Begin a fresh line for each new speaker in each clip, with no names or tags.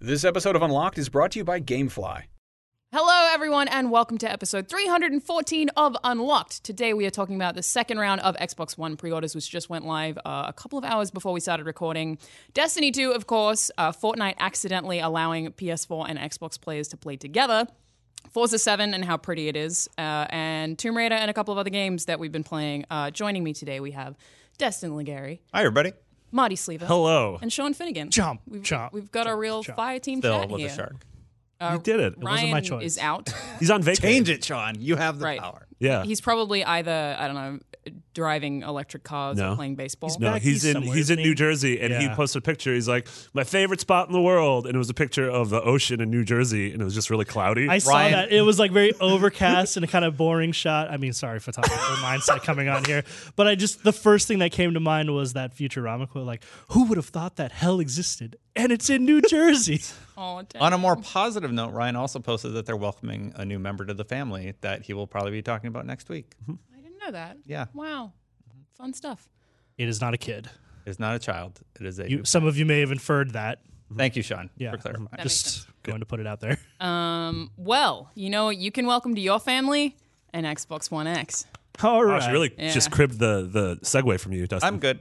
This episode of Unlocked is brought to you by Gamefly.
Hello, everyone, and welcome to episode 314 of Unlocked. Today, we are talking about the second round of Xbox One pre orders, which just went live uh, a couple of hours before we started recording. Destiny 2, of course, uh, Fortnite accidentally allowing PS4 and Xbox players to play together. Forza 7 and how pretty it is, uh, and Tomb Raider and a couple of other games that we've been playing. Uh, joining me today, we have Destin Legary,
Hi, everybody.
Marty Sleever,
Hello.
and Sean Finnegan.
Chomp,
We've,
chomp,
we've got a real fire team
Bill
chat
with
here.
a shark.
you did it. It wasn't
Ryan
my choice.
is out.
He's on vacation.
Change it, Sean. You have the
Right.
power.
Yeah.
He's probably either I don't know driving electric cars or
No.
playing baseball.
no,
back
he's
east
in
somewhere,
he's in
isn't he?
New Jersey, and he
Yeah.
posted a picture. He's like, "My favorite spot in the world," and it was a picture of the ocean in New Jersey, and it was just really cloudy.
I saw
Ryan-
that. It was like very overcast and a kind of boring shot. I mean, sorry for talking for mindset coming on here, but I just the first thing that came to mind was that Futurama quote. Like, who would have thought that hell existed? And it's in New Jersey.
Oh, damn.
On a more positive note, Ryan also posted that they're welcoming a new member to the family that he will probably be talking about next week.
I didn't know that.
Yeah.
Wow, fun stuff.
it is not a kid.
It's not a child. It is a.
You, some of you may have inferred that.
Thank you, Sean,
Yeah.
for clarifying.
That makes
Just going to put it out there.
Um, well, you know what you can welcome to your family an Xbox One X.
All right.
Gosh, I really
Yeah.
just cribbed the the segue from you, Dustin.
I'm good.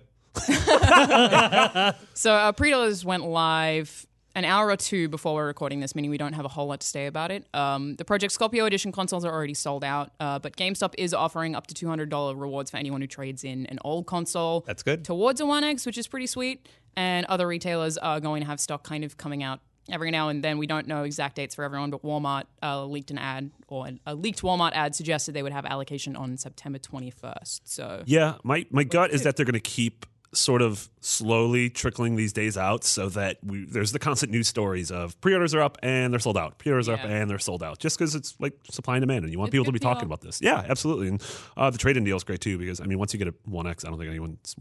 So uh, pre-orders went live an hour or two before we're recording this, meaning we don't have a whole lot to say about it. Um, the Project Scorpio edition consoles are already sold out, uh, but GameStop is offering up to two hundred dollar rewards for anyone who trades in an old console.
That's good.
towards a One X, which is pretty sweet. And other retailers are going to have stock kind of coming out every now and then. We don't know exact dates for everyone, but Walmart uh, leaked an ad, or an, a leaked Walmart ad suggested they would have allocation on September 21st. So
Yeah, my my gut is that they're going to keep sort of slowly trickling these days out so that we there's the constant news stories of pre-orders are up and they're sold out pre-orders are up
Yeah.
and they're sold out just because it's like supply and demand and you want
It's
people to
good
be
PR.
talking about this yeah absolutely and uh, the trade-in deal is great too because i mean once you get a 1x i don't think anyone's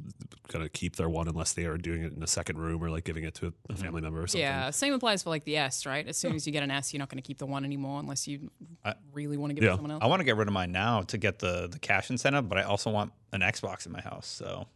gonna keep their one unless they are doing it in a second room or like giving it to
Mm-hmm.
a, a family member or something
Yeah, same applies for like the S, right? As soon as you get an S, you're not going to keep the one anymore unless you really want to give it to
Yeah.
someone else.
I want to get rid of mine now to get the, the cash incentive, but I also want an Xbox in my house. So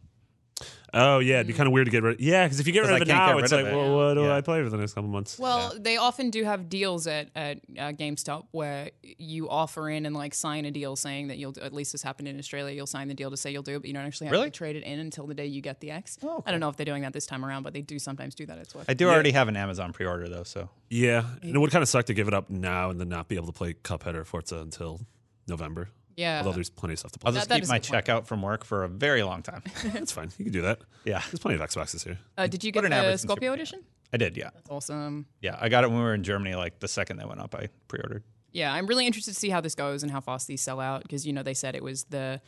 oh yeah it'd be kind of weird to get rid of yeah because if you get
Mm-hmm. 'Cause I
rid of it
can't get
now
rid
it's
of
like
it.
well what do
Yeah.
i play for the next couple months
Well, they often do have deals at at uh, GameStop where you offer in and like sign a deal saying that you'll do, at least this happened in Australia. You'll sign the deal to say you'll do it, but you don't actually have
Really? Oh,
to trade it in until the day you get the X. I don't know if they're doing that this time around, but they do sometimes do that. It's worth.
I do already have an Amazon pre order, though. So
Yeah, and it would kind of suck to give it up now and then not be able to play Cuphead or Forza until November.
Yeah.
although there's plenty of stuff to play.
I'll just
that
keep
is a
my
good point.
check out from work for a very long time.
That's fine. You can do that.
Yeah.
there's plenty of Xboxes here.
Uh, did you get
an
the
average
Scorpio
consumer, yeah.
edition?
I did, yeah.
That's awesome.
Yeah. I got it when we were in Germany, like the second they went up, I pre ordered.
Yeah, I'm really interested to see how this goes and how fast these sell out because you know they said it was the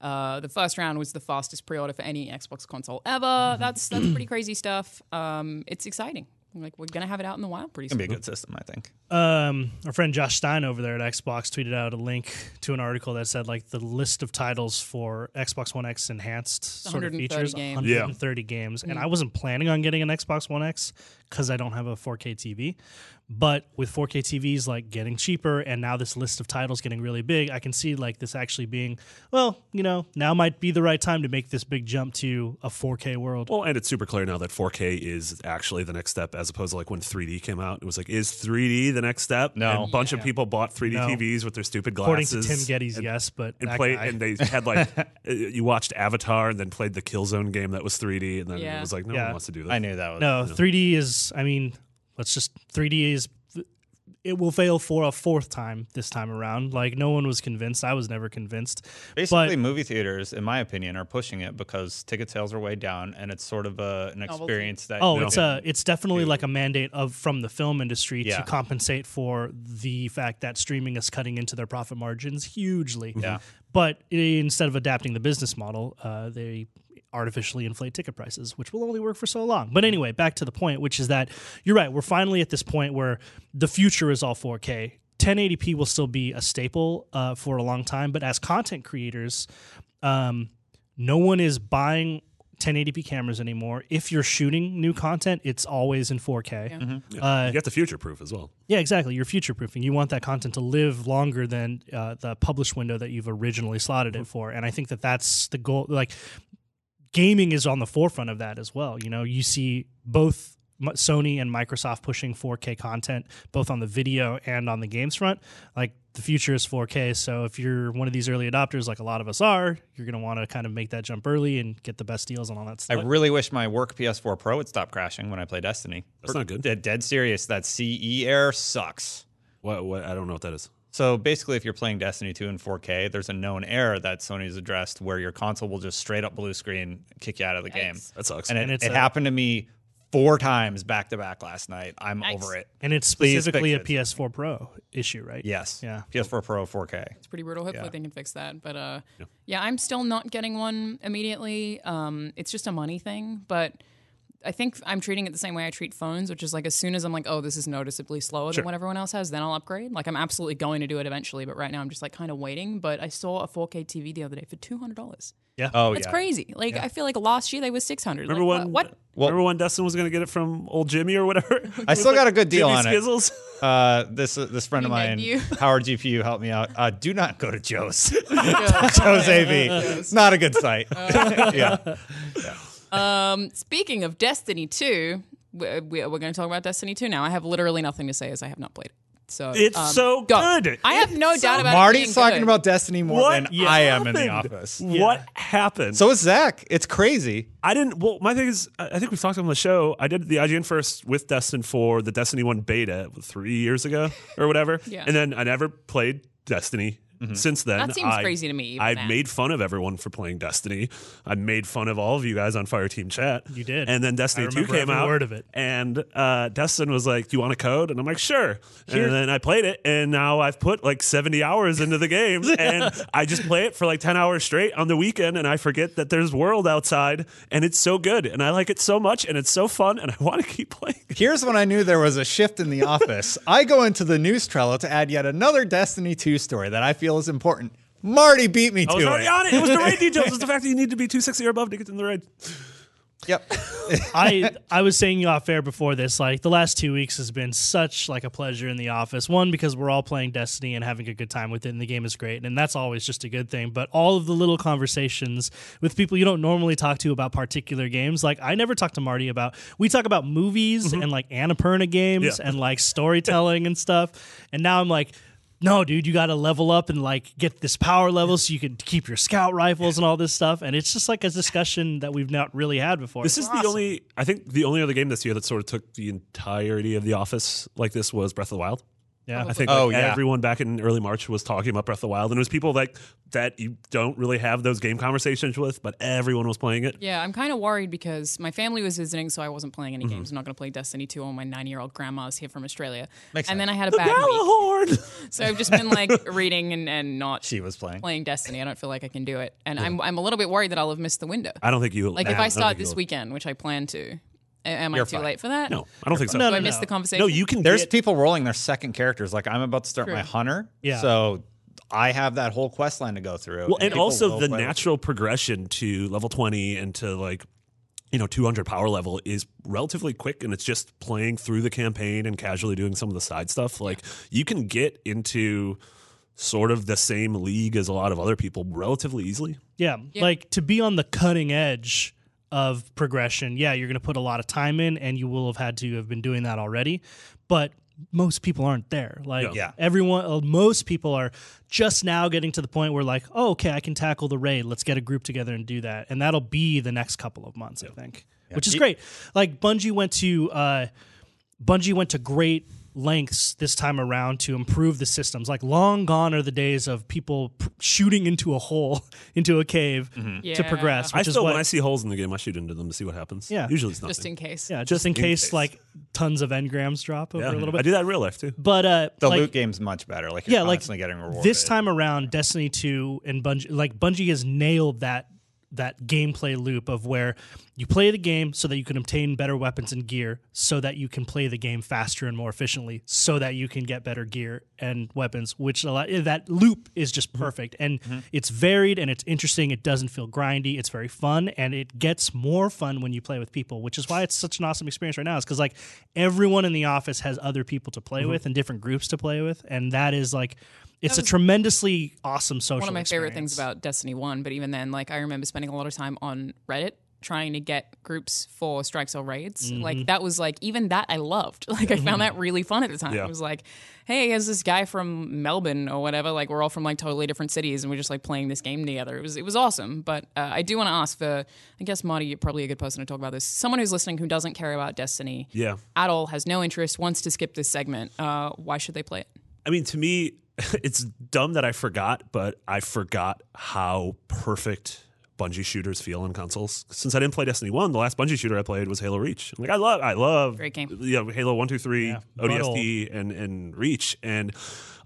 uh, the first round was the fastest pre-order for any Xbox console ever. That's that's pretty crazy stuff. Um, it's exciting. Like we're gonna have it out in the wild pretty
It's
soon.
going to be a good system, I think.
um, our friend Josh Stein over there at Xbox tweeted out a link to an article that said like the list of titles for Xbox One X enhanced sort of
130
features,
games.
130 games, and I wasn't planning on getting an Xbox One X because I don't have a 4K TV. But with 4K TVs like getting cheaper, and now this list of titles getting really big, I can see like this actually being well, you know, now might be the right time to make this big jump to a 4K world.
Well, and it's super clear now that 4K is actually the next step, as opposed to like when 3D came out. It was like, is 3D the next step?
No.
and a bunch of people bought 3D
No.
TVs with their stupid
According
glasses.
to Tim Geddes, yes, but
and
that
play
guy-
and they had like uh, you watched Avatar and then played the Killzone game that was 3D and then
Yeah.
it was like no
Yeah.
one wants to do that.
I knew that was.
No, 3D is. I mean, let's just 3D is. It will fail for a fourth time this time around. Like no one was convinced. I was never convinced.
Basically, movie theaters, in my opinion, are pushing it because ticket sales are way down, and it's sort of a, an experience that.
Oh,
you
it's
can-
a it's definitely like a mandate of from the film industry
Yeah.
to compensate for the fact that streaming is cutting into their profit margins hugely.
Yeah.
But i- instead of adapting the business model, uh, they artificially inflate ticket prices, which will only work for so long. But anyway, back to the point, which is that you're right. We're finally at this point where the future is all 4K. 1080p will still be a staple uh, for a long time, but as content creators, um, no one is buying 1080p cameras anymore. If you're shooting new content, it's always in 4K. Yeah,
you got the future proof as well.
exactly. You're future proofing. You want that content to live longer than uh, the published window that you've originally slotted
Mm-hmm.
it for. And I think that that's the goal. Like, gaming is on the forefront of that as well. You know, you see both M- Sony and Microsoft pushing 4K content both on the video and on the games front, like the future is 4K. So if you're one of these early adopters, like a lot of us are, you're going to want to kind of make that jump early and get the best deals and all that
I
stuff.
really wish my work PS4 Pro would stop crashing when I play Destiny.
That's
Per-
not good.
Dead, dead serious. That CE error sucks.
What, what? I don't know what that is.
So basically, if you're playing Destiny 2 in 4K, there's a known error that Sony's addressed where your console will just straight up blue screen kick you out of the game.
Yikes.
That sucks.
And it,
And it's
it
a-
happened to me four times back to back last night. I'm
Yikes.
over it.
and it's
Please fix
specifically a
it.
PS4 Pro issue, right?
Yes.
Yeah.
PS4 Pro 4K.
It's pretty brutal. Hopefully
Yeah.
they can fix that. But uh, yeah. I'm still not getting one immediately. Um, it's just a money thing, but I think I'm treating it the same way I treat phones, which is like as soon as I'm like, oh, this is noticeably slower than what everyone else has, then I'll upgrade. Like I'm absolutely going to do it eventually, but right now I'm just like kind of waiting. But I saw a 4K TV the other day for two hundred dollars.
Oh
That's
yeah.
crazy. Like I feel like last year they were six hundred.
Remember
like,
when?
What? what?
remember when Dustin was going to get it from old Jimmy or whatever?
I still got a good deal
Jimmy
on it.
Skizzles.
Uh, this this friend of
He begged
mine,
you.
Howard GPU, helped me out. Uh, do not go to Joe's. Joe's AV. It's not a good site.
Oh.
yeah.
Um, speaking of Destiny Two, we're, we're going to talk about Destiny Two now. I have literally nothing to say as I have not played it. So
It's
um,
so
go.
good.
I have no doubt about it.
Marty's
being
talking
good.
about Destiny more
What
than I am in the
happened?
office.
What happened?
So is Zach. It's crazy.
I didn't. Well, my thing is, I I think we've talked on the show. I did the IGN first with Destin for the Destiny One beta three years ago or whatever,
Yeah.
and then I never played Destiny
Mm-hmm.
since then.
That seems
I-
crazy to me, even
I
that.
made fun of everyone for playing Destiny. I made fun of all of you guys on Fireteam Chat.
You did.
and then Destiny
I
Two
remember
came
every
out.
word of it.
and uh, Destin was like, "Do you want a code?" And I'm like, "Sure."
Here-
And then I played it, and now I've put like 70 hours into the game, and I just play it for like 10 hours straight on the weekend, and I forget that there's world outside, and it's so good, and I like it so much, and it's so fun, and I want to keep playing.
Here's when I knew there was a shift in the office. I go into the news Trello to add yet another Destiny 2 story that I feel is important. Marty beat me
I
to
was already
it.
on it. It was the raid details. It's the fact that you need to be 260 or above to get in the raid.
Yep.
I I was saying off air before this, like the last two weeks has been such like a pleasure in the office. One because we're all playing Destiny and having a good time with it, and the game is great, and that's always just a good thing. But all of the little conversations with people you don't normally talk to about particular games, like I never talk to Marty about. We talk about movies and like Annapurna games
Mm-hmm. Yeah.
and like storytelling and stuff. And now I'm like. No, dude, you got to level up and like get this power level so you can keep your scout rifles and all this stuff. And it's just like a discussion that we've not really had before.
This
It's
is the only, I think, the only other game this year that sort of took the entirety of the office like this was Breath of the Wild.
Yeah.
I think
Oh,
like,
yeah.
everyone back in early March was talking about Breath of the Wild, and it was people like that you don't really have those game conversations with, but everyone was playing it.
Yeah, I'm kind of worried because my family was visiting, so I wasn't playing any games. I'm not going to play Destiny 2 on my nine year old grandma's here from Australia. Makes and then I had a bad week.
Galahorn!
So I've just been like reading and, and not
she was playing.
playing Destiny. I don't feel like I can do it. And I'm, I'm a little bit worried that I'll have missed the window.
I don't think you.
Like
nah,
if
I
I
don't
start
think
this
you'll-
weekend, which I plan to, a- am I
You're
too
fine.
late for that?
no, I don't think so.
No,
Do I
no,
miss
no.
the conversation?
No, you can.
There's
get-
people rolling their second characters. Like I'm about to start my hunter.
Yeah.
So I have that whole quest line to go through.
Well, and
people
also
will
the
play with-
natural progression to level 20 and to like, you know, 200 power level is relatively quick and it's just playing through the campaign and casually doing some of the side stuff. Like, you can get into sort of the same league as a lot of other people relatively easily.
Yeah. Like to be on the cutting edge of progression, yeah, you're going to put a lot of time in and you will have had to have been doing that already. But most people aren't there. Like
Yeah.
everyone, uh, most people are just now getting to the point where, like, oh, okay, I can tackle the raid. Let's get a group together and do that. And that'll be the next couple of months, I think, which is great. Like Bungie went to, uh, Bungie went to great lengths this time around to improve the systems. Like long gone are the days of people p- shooting into a hole, into a cave to
Yeah.
progress.
I
Which is
still,
what,
when I see holes in the game, I shoot into them to see what happens.
Yeah.
Usually it's nothing.
Just in case.
yeah, just in
in
case,
case.
like tons of engrams drop over
Yeah.
a little
I
bit.
do that in real life too.
But uh,
The
like,
loot game's much better. Like you're
yeah, like
constantly getting rewarded.
this time around, Destiny Two and Bungie, like Bungie has nailed that that gameplay loop of where you play the game so that you can obtain better weapons and gear, so that you can play the game faster and more efficiently, so that you can get better gear and weapons. Which a lot, that loop is just perfect, and it's varied and it's interesting. It doesn't feel grindy. It's very fun, and it gets more fun when you play with people, which is why it's such an awesome experience right now. Is because like everyone in the office has other people to play with and different groups to play with, and that is like it's a tremendously awesome social.
One of my favorite things
experience.
about Destiny 1, but even then, like I remember spending a lot of time on Reddit trying to get groups for strikes or raids.
Mm-hmm.
Like that was like even that I loved. Like I found that really fun at the time.
Yeah.
It was like, hey, here's this guy from Melbourne or whatever. Like we're all from like totally different cities and we're just like playing this game together. It was it was awesome. But uh, I do want to ask for I guess Marty, you're probably a good person to talk about this. Someone who's listening who doesn't care about Destiny
Yeah.
at all, has no interest, wants to skip this segment. Uh, why should they play it?
I mean, to me, it's dumb that I forgot, but I forgot how perfect Bungie shooters feel on consoles. Since I didn't play Destiny One, the last Bungie shooter I played was Halo Reach. Like I love, I love
Great game.
Yeah, Halo One, Two, Three, ODST, and and Reach, and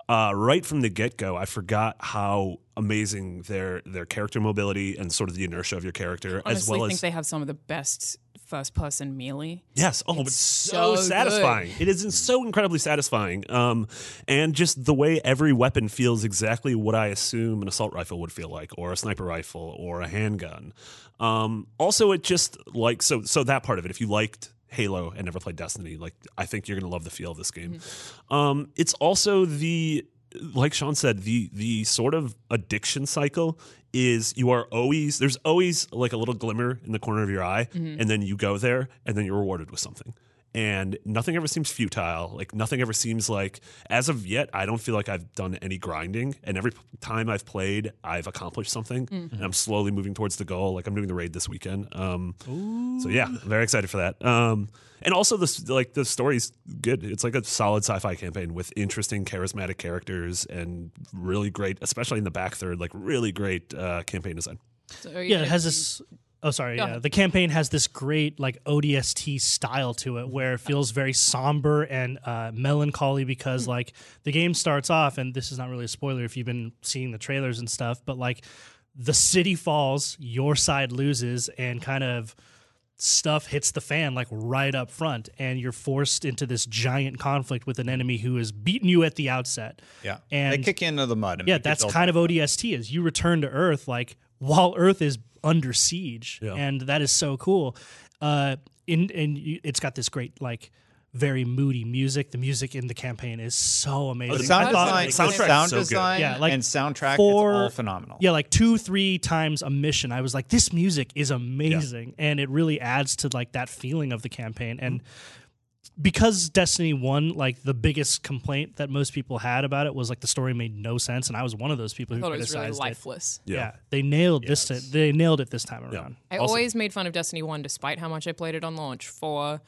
uh, right from the get go, I forgot how amazing their their character mobility and sort of the inertia of your character, as
Honestly,
well
think
as
they have some of the best first person melee.
Yes. Oh, it's, so,
so
satisfying. It is so incredibly satisfying. Um, and just the way every weapon feels exactly what I assume an assault rifle would feel like, or a sniper rifle, or a handgun. Um, also, it just like so. So that part of it. If you liked Halo and never played Destiny, like I think you're gonna love the feel of this game. Um, it's also the like Sean said, the the sort of addiction cycle is you are always there's always like a little glimmer in the corner of your eye, and then you go there, and then you're rewarded with something. And nothing ever seems futile. Like nothing ever seems like, as of yet, I don't feel like I've done any grinding. And every p- time I've played, I've accomplished something. And I'm slowly moving towards the goal. Like I'm doing the raid this weekend. Um, so yeah, I'm very excited for that. Um, and also this like the story's good. It's like a solid sci-fi campaign with interesting, charismatic characters and really great, especially in the back third, like really great uh, campaign design.
So, are you
yeah, it
gonna
has
be-
this. Oh, sorry.
Go
Yeah,
ahead.
the campaign has this great like ODST style to it, where it feels very somber and uh, melancholy because
Hmm.
like the game starts off, and this is not really a spoiler if you've been seeing the trailers and stuff, but like the city falls, your side loses, and kind of stuff hits the fan like right up front and you're forced into this giant conflict with an enemy who has beaten you at the outset
Yeah.
and
they kick you into the mud. And
yeah,
make you
that's
build-
kind of ODST is you return to Earth like while Earth is under siege, and that is so cool. Uh, in and you, it's got this great like very moody music. The music in the campaign is so amazing.
Oh, The
I
sound
thought-
design,
the
sound
soundtrack's so good.
design,
Yeah, like
and soundtrack
four-
is all phenomenal.
yeah, like two, three times a mission, I was like, this music is amazing, and it really adds to like that feeling of the campaign. And because Destiny One, like the biggest complaint that most people had about it was like the story made no sense, and I was one of those people
I
who
thought it was
criticized
really
it.
lifeless.
Yeah. they nailed this. ti- They nailed it this time
Yeah.
around.
I always made fun of Destiny 1 despite how much I played it on launch for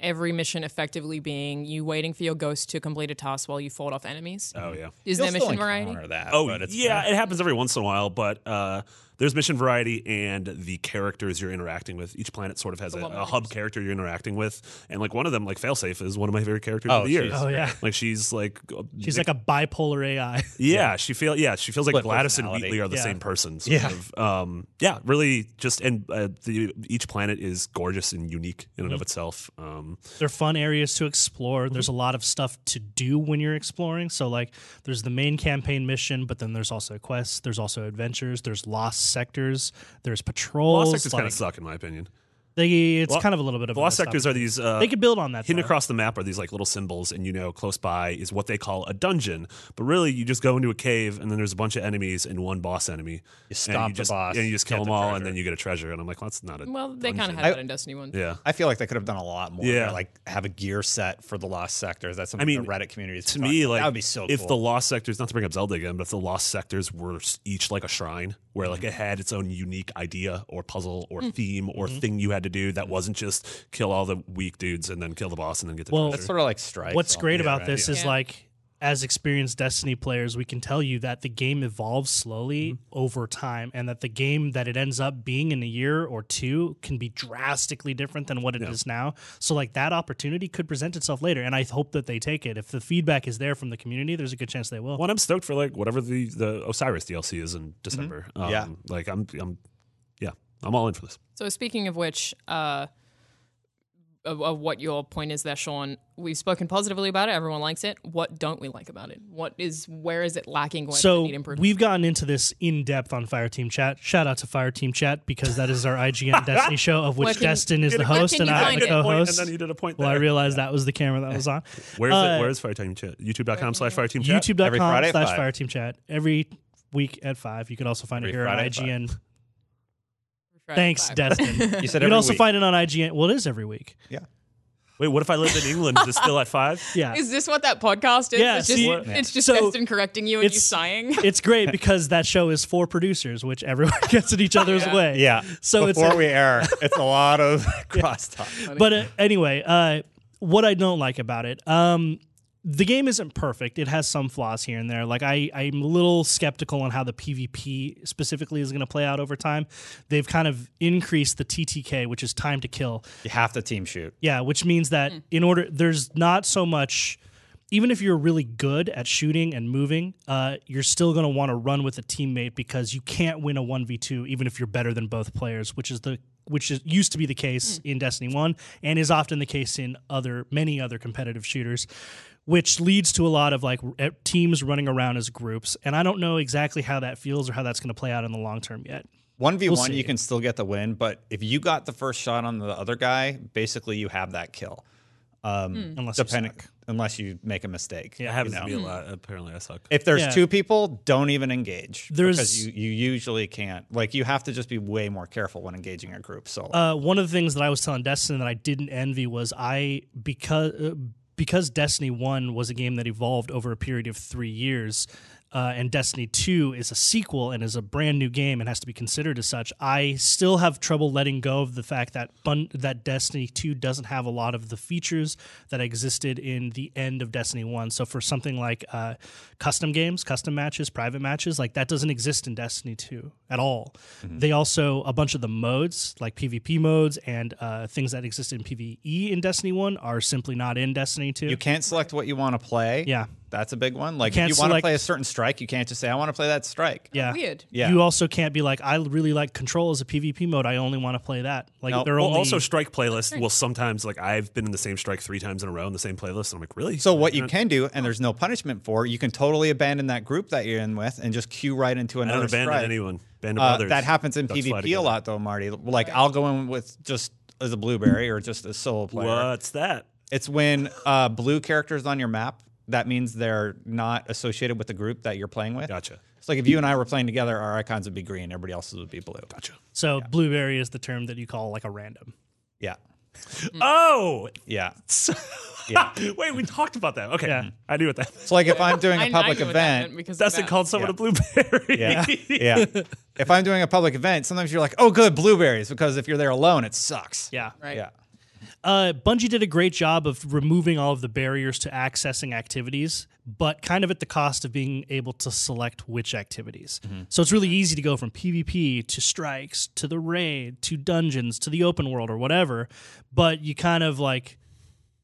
every mission effectively being you waiting for your ghost to complete a task while you fought off enemies.
Oh yeah.
Is
You'll
there
still
mission variety?
encounter That,
Oh
but it's
yeah, it happens every once in a while, but uh, there's mission variety and the characters you're interacting with. Each planet sort of has a, a hub character you're interacting with, and like one of them, like Failsafe, is one of my favorite characters
Oh,
of the year.
she's
Oh yeah,
Like she's like uh,
she's like a bipolar AI.
Yeah, she feel yeah, she feels like
Split
Gladys and
personality.
Wheatley are the
Yeah.
same person. Sort
Yeah.
of. Um, yeah, really just and uh, the each planet is gorgeous and unique in and
Mm.
of itself. Um,
They're fun areas to
Mm-hmm.
explore. There's a lot of stuff to do when you're exploring. So like, there's the main campaign mission, but then there's also quests. There's also adventures. There's lost sectors. There's
lost
patrols.
sectors kind
like,
of suck in my opinion.
they- it's
Lo-
kind of a little bit of
The
a
lost
messed up-
sectors are these uh,
They could build on that.
hidden
though.
across the map are these like little symbols and you know close by is what they call a dungeon but really you just go into a cave and then there's a bunch of enemies and one boss enemy you
stop
and you
the
just,
boss,
and you just kill
get
them
the
all
treasure.
and then you get a treasure and i'm like well, that's not a
Well, they kind of had
I-
that in Destiny 1.
yeah
I feel like they could have done a lot more.
Yeah.
Yeah. Like have a gear set for the lost sectors. That's something
mean,
the Reddit community is
to
talking
me
about.
like
that would be so
if
cool.
the lost sectors not to bring up zelda again but if the lost sectors were s- each like a shrine where like
Mm-hmm.
it had its own unique idea or puzzle or theme or
Mm-hmm.
thing you had to do that wasn't just kill all the weak dudes and then kill the boss and then get the
Well,
treasure
That's sort of like strike.
What's great about this is
Yeah.
like as experienced Destiny players, we can tell you that the game evolves slowly over time and that the game that it ends up being in a year or two can be drastically different than what it is now. So like that opportunity could present itself later and I hope that they take it. If the feedback is there from the community, there's a good chance they will.
Well, and I'm stoked for like whatever the the Osiris DLC is
Mm-hmm.
in December. Um,
Yeah.
like I'm I'm yeah I'm all in for this.
So speaking of which, uh, of, of what your point is there, Sean, we've spoken positively about it. Everyone likes it. What don't we like about it? What is where is it lacking? Where does it need
so
improvement?
we've gotten into this in depth on Fireteam Chat. Shout out to Fireteam Chat because that is our IGN Destiny show of
Where
which
can-
Destin is the
where
host
can
and
you
I'm
find
the
it?
co-host.
and then you did a point.
well, I realized that was the camera that was on.
where's
uh,
it, where's Fireteam Chat? YouTube.com slash Fireteam Chat.
Every
youtube.com
Friday at
slash
five.
fireteam chat every week at five you can also find it
Every
here on
Friday at
ign
Right,
Thanks,
five.
Destin.
You
you
said
can
every
also
week.
find it on IGN. Well, it is every week.
Yeah.
Wait, what if I lived in England? Is it still at five?
Yeah.
Is this what that podcast is?
Yeah,
it's just,
see-
it's just
So,
Destin correcting you and you
it's-
sighing.
it's great because that show is four producers, which everyone gets in each other's
Yeah.
way.
Yeah.
So it's
before
a-
we air, it's a lot of crosstalk.
But uh, anyway, uh, what I don't like about it, um, the game isn't perfect. It has some flaws here and there. Like I, I'm a little skeptical on how the PvP specifically is going to play out over time. They've kind of increased the TTK, which is time to kill.
You have to team shoot.
Yeah, which means that in order, there's not so much. Even if you're really good at shooting and moving, uh, you're still going to want to run with a teammate because you can't win a one v two, even if you're better than both players, which is the which is, used to be the case in Destiny One and is often the case in other many other competitive shooters. Which leads to a lot of like r- teams running around as groups, and I don't know exactly how that feels or how that's going to play out in the long term yet.
One v
We'll
one,
see.
you
You
can.
can still get the win, but if you got the first shot on the other guy, basically you have that kill.
Unless you
Depending, unless you make a mistake.
It happens to me a lot. Apparently, I suck.
If there's
Yeah.
two people, don't even engage
There's-
because you, you usually can't. Like you have to just be way more careful when engaging a group. So
uh, one of the things that I was telling Destiny that I didn't envy was I because uh, because Destiny One was a game that evolved over a period of three years, uh, and Destiny Two is a sequel and is a brand new game and has to be considered as such. I still have trouble letting go of the fact that bun- that Destiny Two doesn't have a lot of the features that existed in the end of Destiny One. So for something like uh, custom games, custom matches, private matches, like that doesn't exist in Destiny Two at all.
Mm-hmm.
They also a bunch of the modes, like PvP modes and uh, things that exist in PvE in Destiny One, are simply not in Destiny Two.
you can't select what you want to play.
Yeah.
that's a big one. Like if
can't
you want to
select-
play a certain strike, you can't just say I want to play that strike.
yeah.
Weird.
Yeah.
You also can't be like, I really like control as a PvP mode. I only want to play that. Like
No.
they're
Well,
only
also strike playlist will sometimes like I've been in the same strike three times in a row in the same playlist, and I'm like, really?
So what you can do, and there's no punishment for, you can totally abandon that group that you're in with and just queue right into
I
another
don't abandon
strike.
anyone. Band of
Uh,
others.
that happens in
Ducks fly
PvP a
together.
lot though, Marty. Like I'll go in with just as a blueberry or just a solo player.
What's that?
It's when uh, blue characters on your map. That means they're not associated with the group that you're playing with.
Gotcha.
It's like if you and I were playing together, our icons would be green, everybody else's would be blue. Gotcha.
so blueberry is the term that you call like a random.
Yeah.
Oh,
Yeah.
wait, we talked about that. Okay,
Yeah.
I knew what that.
So like if I'm doing
I-
a
I
public
knew what that meant
event,
because of
Dustin
that.
called someone a blueberry.
yeah, yeah. If I'm doing a public event, sometimes you're like, oh, good blueberries, because if you're there alone, it sucks.
Yeah.
Right.
Yeah.
uh, Bungie did a great job of removing all of the barriers to accessing activities, but kind of at the cost of being able to select which activities.
Mm-hmm.
So it's really easy to go from PvP to strikes to the raid to dungeons to the open world or whatever, but you kind of like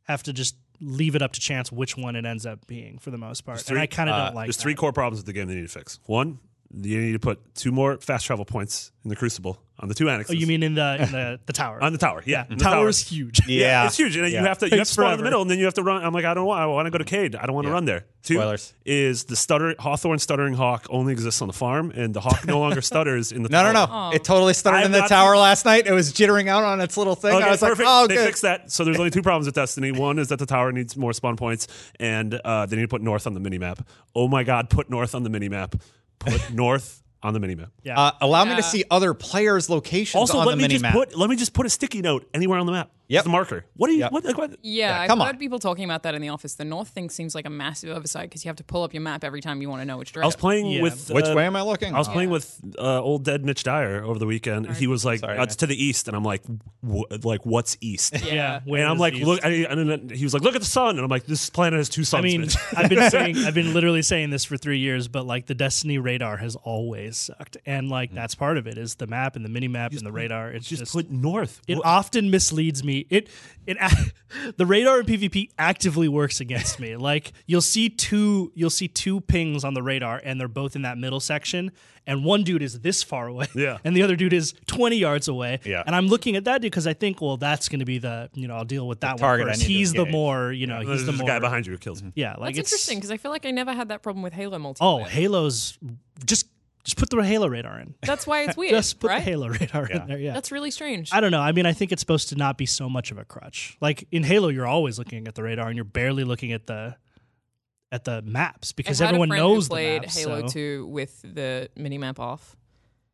have to just leave it up to chance which one it ends up being for the most part. and I kind of don't like
Uh, There's
that.
three core problems with the game they need to fix. One, you need to put two more fast travel points in the Crucible on the two
Oh,
annexes.
you mean in the in the, the tower?
on the tower? Yeah, in the
tower
tower.
is huge.
Yeah.
it's huge, and then
Yeah.
you have to you have
Takes
to spawn in
forever.
the middle, and then you have to run. I'm like, I don't want. I want to go to Cade. I don't want to run there. Two
Spoilers.
is the stutter Hawthorne stuttering hawk only exists on the farm, and the hawk no longer stutters in the
No, no,
tower.
no.
Oh.
It totally stuttered
I've
in the
got-
tower last night. It was jittering out on its little thing.
Okay,
I was
perfect.
like, oh,
they
good.
fixed that. So there's only two problems with Destiny. One is that the tower needs more spawn points, and uh, they need to put north on the minimap. Oh my God, put north on the minimap. Put north on the minimap.
Yeah.
Uh, allow me
Yeah.
to see other players' locations
Also,
on
let
the
me
mini
just
map.
put let me just put a sticky note anywhere on the map.
Yep.
As a marker. What do you?
Yep.
What, like, what?
Yeah,
come
I've heard
on.
people talking about that in the office. The North thing seems like a massive oversight because you have to pull up your map every time you want to know which
I was
direction.
playing
Yeah.
with
Which
uh,
way am I looking?
I was
Oh.
playing with uh, old dead Mitch Dyer over the weekend, and he was like,
Sorry,
uh, "It's to the east," and I'm like, "Wha- "Like what's east?"
yeah.
Uh,
Where
And I'm
does
like,
these-
"Look," I, I don't know. he was like, "Look at the sun," and I'm like, "This planet has two
I
suns."
mean,
Mitch."
I've been saying, I've been literally saying this for three years, but like the Destiny radar has always sucked, and like that's part of it is the map and the mini map and the radar. It's just,
just put north.
it
Wha-
often misleads me. It it a- the radar in PvP actively works against me. Like you'll see two you'll see two pings on the radar, and they're both in that middle section, and one dude is this far away,
Yeah.
and the other dude is twenty yards away,
Yeah.
and I'm looking at that dude because I think, well, that's going to be the you know I'll deal with that one
target I
first.
need to
He's the
engage.
more you know he's
There's
the
this
more
guy behind you who kills him.
yeah, like
That's
it's
interesting because I feel like I never had that problem with Halo multiplayer.
Oh, Halo's just just put the Halo radar in.
that's why it's weird,
Just put
right?
the Halo radar in there. Yeah,
That's really strange.
I don't know. I mean, I think it's supposed to not be so much of a crutch. Like in Halo, you're always looking at the radar and you're barely looking at the at the maps
I
because
had a
everyone
friend who
knows
played
the maps.
Halo
so.
2 with the minimap off,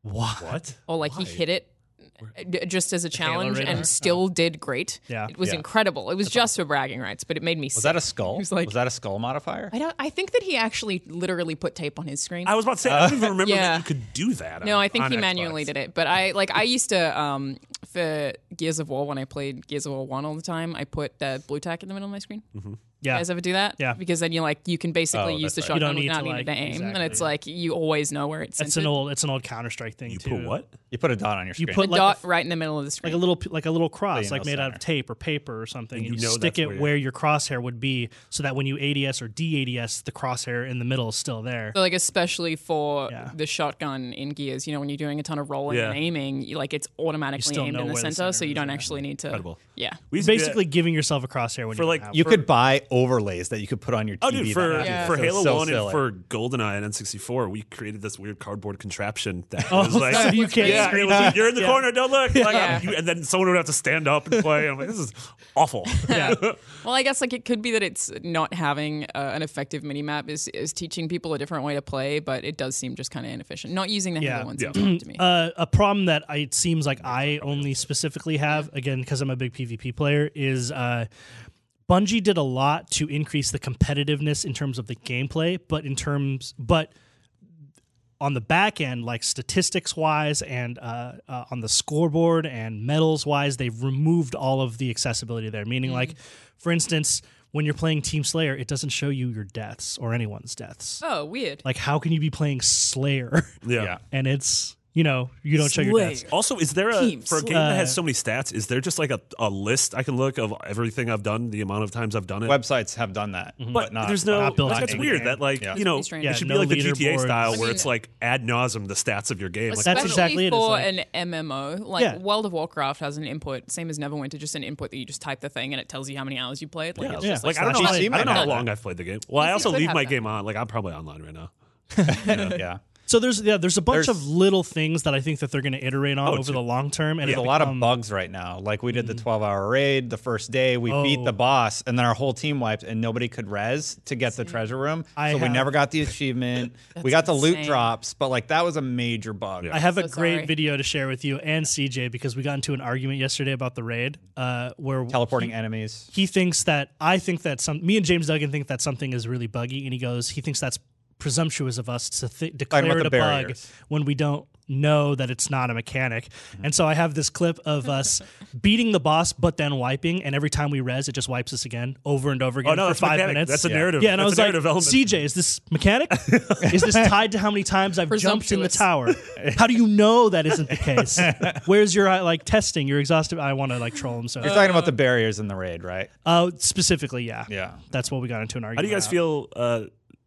Mm-hmm. What? Oh.
or like he hit it uh, d- just as a challenge
radar? Oh.
and still did great.
Yeah.
It was
Yeah.
incredible. It was just for bragging rights, but it made me
Was that a skull? Was,
like-
that a skull modifier?
I don't I think that he actually literally put tape on his screen.
I was about to say I don't even remember
yeah.
that you could do that.
No,
on-
I think
on
he
Xbox.
manually did it. But I like I used to um for Gears of War when I played Gears of War one all the time, I put the blue tack in the middle of my screen. You
Yeah.
guys ever do that?
Mm-hmm. Yeah.
Because then you like you can
Oh,
basically use the
that's
shotgun
You don't need
without
to,
needing
like-
to aim, and
exactly.
it's like you always know where it's.
It's an
centered.
old it's an old Counter Strike thing
You
too.
put what?
You put a dot on your
You
screen.
put like a
dot
f-
right in the middle of the
like
screen.
a little p- like a little cross
Playing
like made out
center.
of tape or paper or something and you,
you know
stick
that's
it
where-
where your crosshair would be so that when you ads or dads the crosshair in the middle is still there
So, like especially for
Yeah.
the shotgun in gears, you know, when you're doing a ton of rolling
Yeah.
and aiming, you, like it's automatically
still
aimed
know
in the
where the
center, so
center
you
is,
don't
yeah.
actually need to.
Incredible.
Yeah.
We used to do that-
basically giving yourself a crosshair when
For
you
like-
have
You
you
it.
could buy overlays that you could put on your TV.
Oh, dude, for
that-
Yeah.
for
so-
Halo
so
One and
silly.
for GoldenEye and N64, we created this weird cardboard contraption that was like,
Oh, so you can't
yeah,
scream.
it was like, you're in the
Yeah.
corner, don't look, like,
Yeah.
you- and then someone would have to stand up and play. I'm like, this is awful.
yeah.
Well, I guess like it could be that it's not having uh, an effective mini map is is teaching people a different way to play, but it does seem just kind of inefficient. Not using the
Yeah.
Halo one seems odd to me.
uh, a problem that I, it seems like I only specifically have again because I'm a big PvP player is uh, Bungie did a lot to increase the competitiveness in terms of the gameplay, but in terms but on the back end, like statistics wise and uh, uh, on the scoreboard and medals wise, they've removed all of the accessibility there. Meaning, like
Mm-hmm.
for instance, when you're playing Team Slayer, it doesn't show you your deaths or anyone's deaths.
oh, weird.
Like, how can you be playing Slayer?
Yeah.
and it's you know you don't show your
Slayer.
deaths.
Also, is there a
Team
for a game that
Uh,
has so many stats? Is there just like a, a list I can look of everything I've done, the amount of times I've done it?
Websites have done that, but,
Mhm. but
not.
there's no.
not built
like, that's
in.
weird.
Yeah.
That like
Yeah.
you know,
Pretty strange.
it should
Yeah,
be like
no
the GTA
leaderboards.
style, where
I
it's
mean-
like ad nauseum the stats of your game. Like,
Especially
That's exactly it. It's
for
like-
an MMO, like
Yeah.
World of Warcraft has an input, same as Neverwinter, just an input that you just type the thing and it tells you how many hours you played. Like, it's
Yeah.
just
like I don't know,
slash
how, I
play.
don't know how
Yeah.
long I've played the game. Well, I
You
also
could
leave
have
my
that.
game on. Like I'm probably online right now.
yeah.
So there's yeah, there's a bunch
There's-
of little things that I think that they're going to iterate on over
dude.
the long term, and
There's
it
a lot of
become-
bugs right now. Like we did the 12 hour raid the first day, we beat
mm. Oh.
the boss, and then our whole team wiped, and nobody could res to get the treasure room.
I
so we
have-
never got the achievement. we got the loot
insane.
drops, but like that was a major bug.
I have a
So
great
sorry.
video to share with you and CJ because we got into an argument yesterday about the raid, uh, where
Teleporting enemies.
he thinks that I think that some me and James Duggan think that something is really buggy, and he goes, he thinks that's presumptuous of us to th- declare
about
it
the
a bug
barriers.
when we don't know that it's not a mechanic.
Mm-hmm.
And so I have this clip of us beating the boss, but then wiping, and every time we res, it just wipes us again over and over again
Oh no,
for
that's
five
mechanic.
minutes.
That's a narrative.
Yeah, and
that's a
I was like,
narrative element.
CJ, is this mechanic? is this tied to how many times I've jumped in the
Presumptuous.
tower? How do you know that isn't the case? Where's your uh, like testing? You're exhausted. I want to like troll him so.
You're talking about the barriers in the raid, right?
Uh, specifically, yeah,
Yeah.
That's what we got into an
How
argument.
do you guys
about.
feel uh,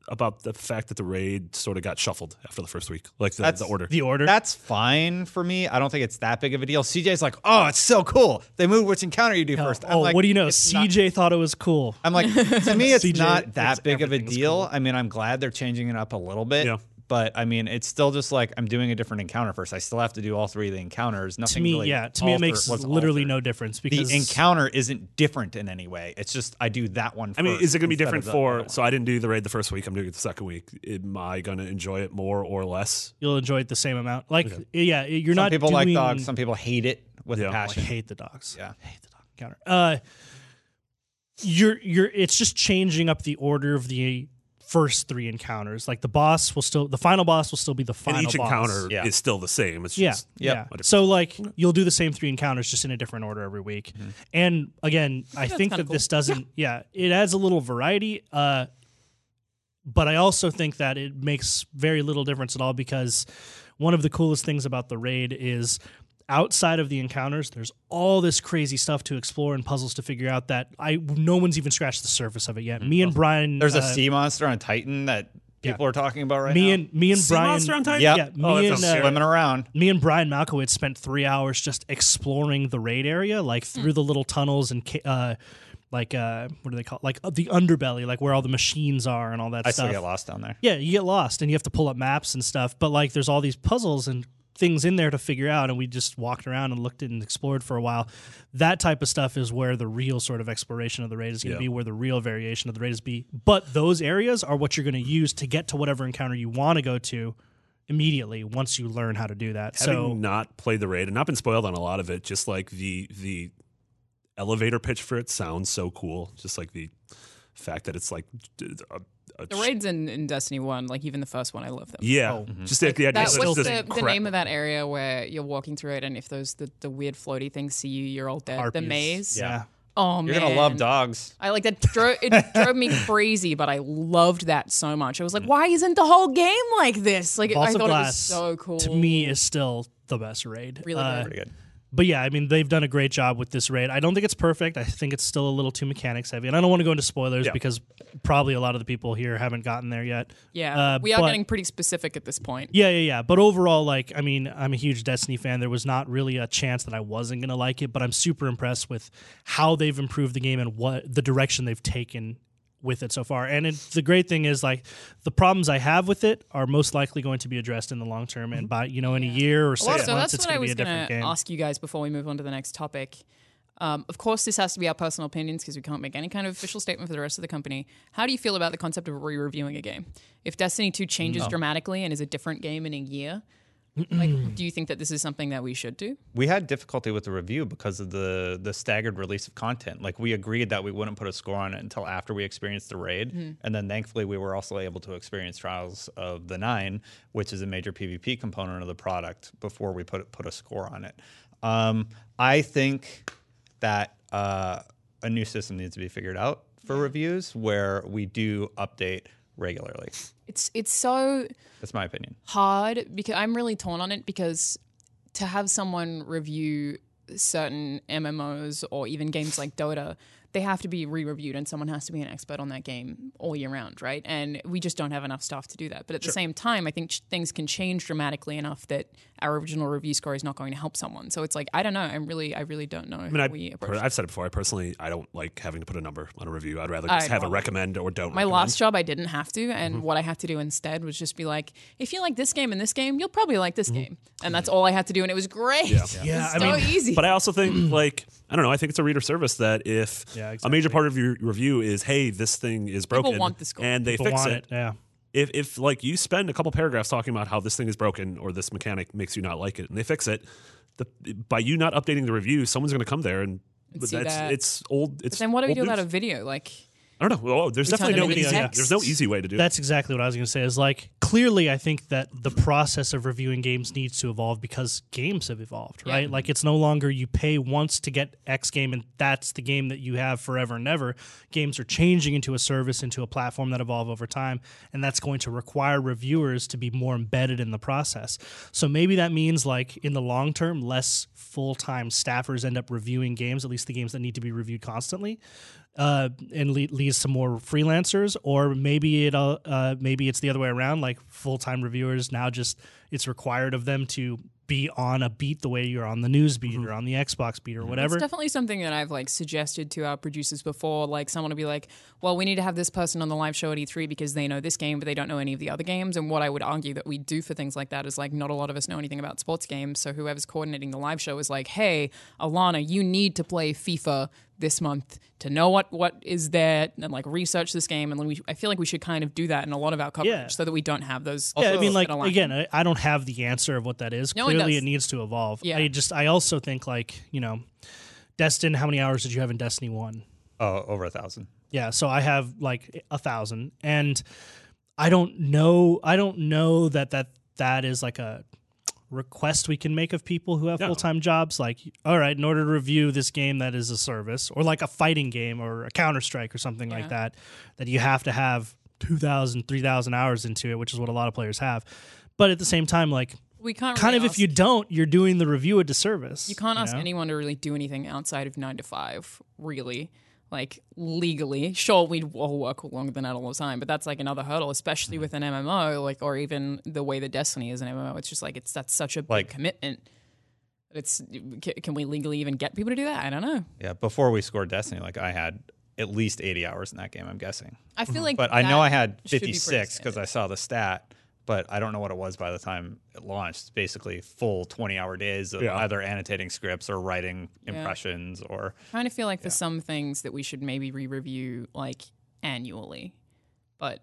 about the fact that the raid sort of got shuffled after the first week, like the,
That's-
the order?
The order.
That's fine for me. I don't think it's that big of a deal. CJ's like, oh, it's so cool. They move which encounter you do first. I'm
oh,
like,
what do you know?
it's not-
CJ thought it was cool.
I'm like, to me, it's
CJ
not that
thinks
big of a
everything's
deal.
cool.
I mean, I'm glad they're changing it up a little bit.
Yeah.
But I mean, it's still just like I'm doing a different encounter first. I still have to do all three of the encounters. Nothing
To me,
really
yeah. To me, it
alter-
makes
was
literally
altered.
no difference because
The encounter isn't different in any way. It's just I do that one.
I mean,
first
is it going to be
instead of
different
the other
for?
one.
So I didn't do the raid the first week. I'm doing it the second week. Am I going to enjoy it more or less?
you'll enjoy it the same amount. Like, yeah, you're
some
not
people like
doing-
dogs. Some people hate it with
Yeah.
I
passion.
hate the dogs.
Yeah.
I hate the dog encounter. Uh, you're you're. It's just changing up the order of the first three encounters. Like the boss will still, the final boss will still be the final.
and each
boss.
encounter
Yeah.
is still the same. It's
Yeah.
just
Yep.
Yeah. So like you'll do the same three encounters just in a different order every week. And again, I think that
kinda
this doesn't yeah, it adds a little variety uh but I also think that it makes very little difference at all because one of the coolest things about the raid is outside of the encounters there's all this crazy stuff to explore and puzzles to figure out that I no one's even scratched the surface of it yet. Me and Brian
There's a
uh,
sea monster on Titan that people are talking about right
me
now.
and me and
Sea
Brian
monster on Titan?
Yep.
yeah,
Oh,
me
that
and
sounds
uh,
scary.
swimming around.
me and Brian Malkowitz spent three hours just exploring the raid area, like through the little tunnels and ca- uh, like uh, what do they call it? like uh, the underbelly, like where all the machines are and all that
I
stuff.
still get lost down there.
Yeah, you get lost and you have to pull up maps and stuff. But like, there's all these puzzles and things in there to figure out, and we just walked around and looked and explored for a while. That type of stuff is where the real sort of exploration of the raid is going to
Yeah.
be, where the real variation of the raid is be. But those areas are what you're going to use to get to whatever encounter you want to go to immediately once you learn how to do that.
having
so
not played the raid and not been spoiled on a lot of it, just like the the elevator pitch for it sounds so cool. Just like the fact that it's like d- uh, a, a
The raids in, in Destiny One, like even the first one, I love them.
yeah,
Oh,
just
mm-hmm.
like the idea
That,
that
what's
this
the, the
crap-
name of that area where you're walking through it, and if those the, the weird floaty things see you, you're all dead. The
Harpies.
maze.
Yeah.
Oh man,
You're gonna love dogs.
I like that. Dro- it drove me crazy, but I loved that so much. I was like, why isn't the whole game like this? Like,
Vault
I
of
thought it was
Glass
so cool.
to me is still the best raid.
really
Uh,
good.
But yeah, I mean, they've done a great job with this raid. I don't think it's perfect. I think it's still a little too mechanics heavy. And I don't want to go into spoilers because probably a lot of the people here haven't gotten there yet.
Yeah,
Uh,
we are
but-
getting pretty specific at this point.
Yeah, yeah, yeah. But overall, like, I mean, I'm a huge Destiny fan. There was not really a chance that I wasn't going to like it, but I'm super impressed with how they've improved the game and what the direction they've taken with it so far. And it, the great thing is, like, the problems I have with it are most likely going to be addressed in the long term. And by, you know, in a year or six
so that's
months, it's
what I
going to be
was
a
going
different
to
game.
ask you guys before we move on to the next topic. Um, of course, this has to be our personal opinions because we can't make any kind of official statement for the rest of the company. How do you feel about the concept of re-reviewing a game? If Destiny Two
Mm, oh.
changes dramatically and is a different game in a year, like, do you think that this is something that we should do?
We had difficulty with the review because of the the staggered release of content. Like we agreed that we wouldn't put a score on it until after we experienced the raid, and then thankfully we were also able to experience Trials of the Nine, which is a major PvP component of the product, before we put put a score on it. Um, I think that uh, a new system needs to be figured out for reviews where we do update regularly.
It's it's so
That's my opinion.
hard because I'm really torn on it because to have someone review certain MMOs or even games like Dota, they have to be re-reviewed and someone has to be an expert on that game all year round, right? And we just don't have enough staff to do that. But at the same time, I think ch- things can change dramatically enough that our original review score is not going to help someone. So it's like I don't know. I'm really I really don't know
I
how
mean,
we
I,
approach
per- I've said it before. I personally, I don't like having to put a number on a review. I'd rather
I
just have a
don't.
recommend or don't.
My
recommend.
last job, I didn't have to, and what I had to do instead was just be like, if you like this game and this game, you'll probably like this game, and that's all I had to do, and it was great. Yeah,
Yeah,
it was
I
so easy.
But I also think, like, I don't know. I think it's a reader service that if a major part of your review is, "Hey, this thing is broken,"
want this goal.
and they
People
fix
want
it,
it. Yeah.
if if like you spend a couple paragraphs talking about how this thing is broken or this mechanic makes you not like it and they fix it the, by you not updating the review someone's going to come there and but
see
that's
that.
it's old it's
But then what do we
old
do about a
news.
video? Like,
i don't know oh there's
We turn
definitely
them
no
into
easy
text?
there's no easy way to do it
That's exactly what I was going to say. Is like clearly, I think that the process of reviewing games needs to evolve because games have evolved, right? Like it's no longer you pay once to get X game and that's the game that you have forever and ever. Games are changing into a service, into a platform that evolve over time, and that's going to require reviewers to be more embedded in the process. So maybe that means like in the long term, less full time staffers end up reviewing games, at least the games that need to be reviewed constantly uh, and le- leads to more freelancers, or maybe it uh, maybe it's the other way around. Like full time reviewers now, just it's required of them to be on a beat the way you're on the news beat or on the Xbox beat or whatever.
it's definitely something that I've like suggested to our producers before. Like, someone will be like, "Well, we need to have this person on the live show at E3 because they know this game, but they don't know any of the other games." And what I would argue that we do for things like that is like, not a lot of us know anything about sports games. So whoever's coordinating the live show is like, "Hey, Alana, you need to play FIFA this month to know what what is there and like research this game." And then we, I feel like we should kind of do that in a lot of our coverage
Yeah.
so that we don't have those.
yeah, I mean,
that
like
align.
again, I, I don't have the answer of what that is.
No one
Clearly,
does.
it needs to evolve.
Yeah.
I just I also think like you know, Destin, how many hours did you have in Destiny One?
Oh, over a thousand.
Yeah, so I have like a thousand, and I don't know. I don't know that that that is like a request we can make of people who have full time jobs. Like, all right, in order to review this game that is a service, or like a fighting game, or a Counter Strike, or something like that, that you have to have 2,000, 3,000 hours into it, which is what a lot of players have. But at the same time, like,
we can't
kind
really
of if
ask-
you don't, you're doing the review a disservice.
You can't ask anyone to really do anything outside of nine to five, really. Like legally, sure, we'd all work longer than that all the time, but that's like another hurdle,
Mm.
especially with an MMO, like or even the way that Destiny is an MMO. It's just like it's that's such a
Like-
big commitment. It's c- can we legally even get people to do that? I don't know.
Yeah, before we scored Destiny, like I had at least 80 hours in that game, I'm guessing.
I feel like,
Mm-hmm. But I know
that
I had
should be pretty
56 because
standard.
I saw the stat, but I don't know what it was by the time it launched. Basically, full 20 hour days of
Yeah.
either annotating scripts or writing impressions or.
kind of feel like there's some things that we should maybe re-review like annually, but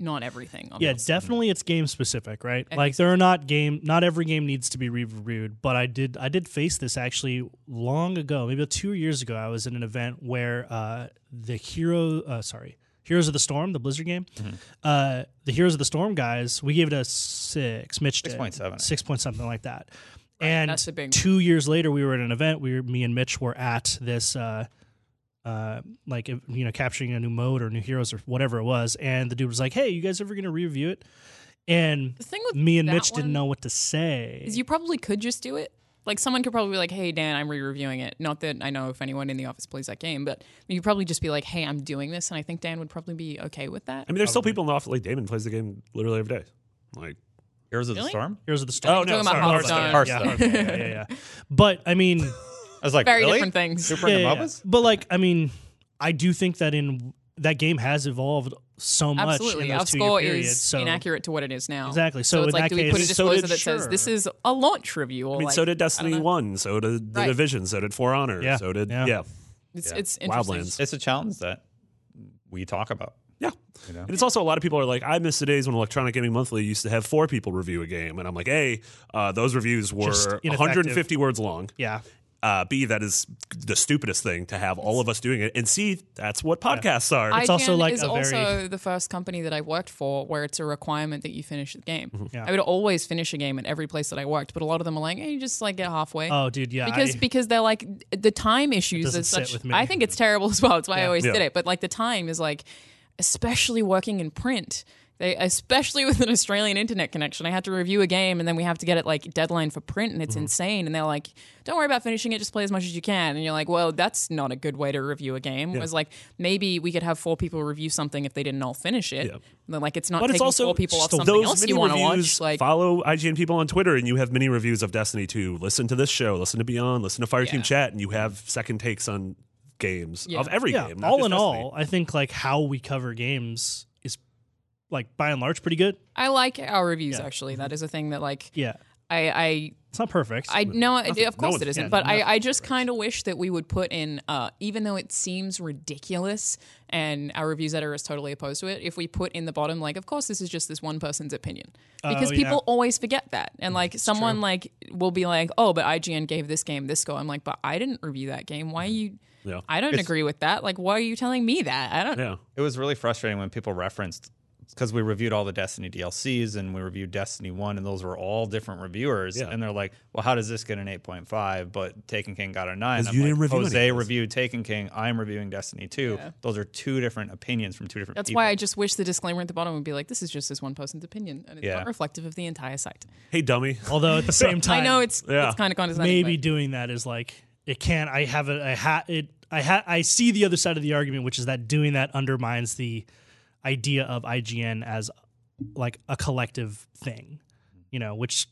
not everything.
Yeah,
obviously.
definitely it's game specific, right? like there are not game not every game needs to be reviewed, but I did I did face this actually long ago, maybe about 2 years ago. I was in an event where uh the hero uh sorry, Heroes of the Storm, the Blizzard game. Uh the Heroes of the Storm guys, we gave it a 6, Mitch did.
6.7, I
6 point something like that. And
that's the big one.
two years later, we were at an event. We were, me and Mitch were at this uh, uh, like if- you know capturing a new mode or new heroes or whatever it was and the dude was like hey you guys ever gonna review it and
The thing with
me and
that
mitch
one
didn't know what to say
is you probably could just do it. Like someone could probably be like, "Hey Dan, I'm re-reviewing it." Not that I know if anyone in the office plays that game, but you could probably just be like, "Hey, I'm doing this," and I think Dan would probably be okay with that.
I mean, there's still people in the office. Like Damon plays the game literally every day. Like,
Heroes of the
Really?
Storm.
heroes
Oh,
of the storm
no, about sorry, Hearthstone.
Hearthstone.
Yeah, yeah, yeah, yeah. but i mean
I was like,
Very
really?
different things.
Super
Yeah, yeah, yeah.
MOBAs?
But like, I mean, I do think that in that game has evolved so much.
Absolutely,
in
our
those two-year
score
periods,
is
so
inaccurate to what it is now.
Exactly. So
it's
in
like,
that
do we put a
case- So
disclosure
did
that says
Sure.
this is a launch review? Or
I mean,
like,
so did
don't
Destiny
know.
One. So did the
Right.
Division. So did For Honor.
Yeah,
So did
yeah.
yeah.
It's,
Yeah.
it's interesting.
Wildlands.
It's a challenge that we talk about.
Yeah.
You know?
And it's also a lot of people are like, I miss the days when Electronic Gaming Monthly used to have four people review a game. And I'm like, A, uh, those reviews
Just
were
ineffective.
150 words long.
Yeah.
Uh, B, that is the stupidest thing to have all of us doing it. And C, that's what podcasts are.
IGN
It's also like
is
a very-
also the first company that I worked for where it's a requirement that you finish the game.
Mm-hmm. Yeah.
I would always finish a game at every place that I worked, but a lot of them are like, "Hey, you just like get halfway."
Oh, dude. Yeah.
because
I-
because they're like the time issues
doesn't
is
sit
such.
with me.
I think it's terrible as well. It's why I always
Yeah.
did it. But like the time is like, especially working in print. They, especially with an Australian internet connection, I had to review a game and then we have to get it like deadline for print, and
Mm-hmm.
it's insane. And they're like, "Don't worry about finishing it; just play as much as you can." And you're like, "Well, that's not a good way to review a game." It was like maybe we could have four people review something if they didn't all finish it. And then like it's not
but
taking
it's also
four people off
just
something
those
else
mini
you want to
reviews.
watch. Like
follow IGN people on Twitter, and you have mini reviews of Destiny 2. Listen to this show. Listen to Beyond. Listen to Fireteam
Yeah.
Chat, and you have second takes on games
Yeah.
of every
yeah.
game. not
All
just
in
Destiny.
all, I think like how we cover games is like by and large pretty good.
I like our reviews actually.
Mm-hmm.
That is a thing that like
Yeah.
I I
It's not perfect.
I no, it- of course
one's-
it isn't.
yeah,
but I, I just kind of wish that we would put in, uh, even though it seems ridiculous, and our reviews editor is totally opposed to it. If we put in the bottom, like, of course, this is just this one person's opinion, because
yeah.
people always forget that, and like someone like will be like, oh, but IGN gave this game this score. I'm like, but I didn't review that game. Why are you?
Yeah.
I don't agree with that. Like, why are you telling me that? I don't.
Yeah.
It was really frustrating when people referenced because we reviewed all the Destiny DLCs and we reviewed Destiny 1, and those were all different reviewers.
Yeah.
And they're like, well, how does this get an 8.5? But Taken King got a 9.
'Cause
I'm
you
like,
didn't review any
Jose
of those.
reviewed Taken King. I'm reviewing Destiny 2. Those are two different opinions from two different
That's
people.
why I just wish the disclaimer at the bottom would be like, this is just this one person's opinion, and it's
Yeah.
not reflective of the entire site.
Hey, dummy.
Although at the same
I
time,
know it's
Yeah.
it's kind of condescending.
maybe
but-
doing that is like it can't. I have a I ha it. I ha I see the other side of the argument, which is that doing that undermines the idea of IGN as like a collective thing. You know, which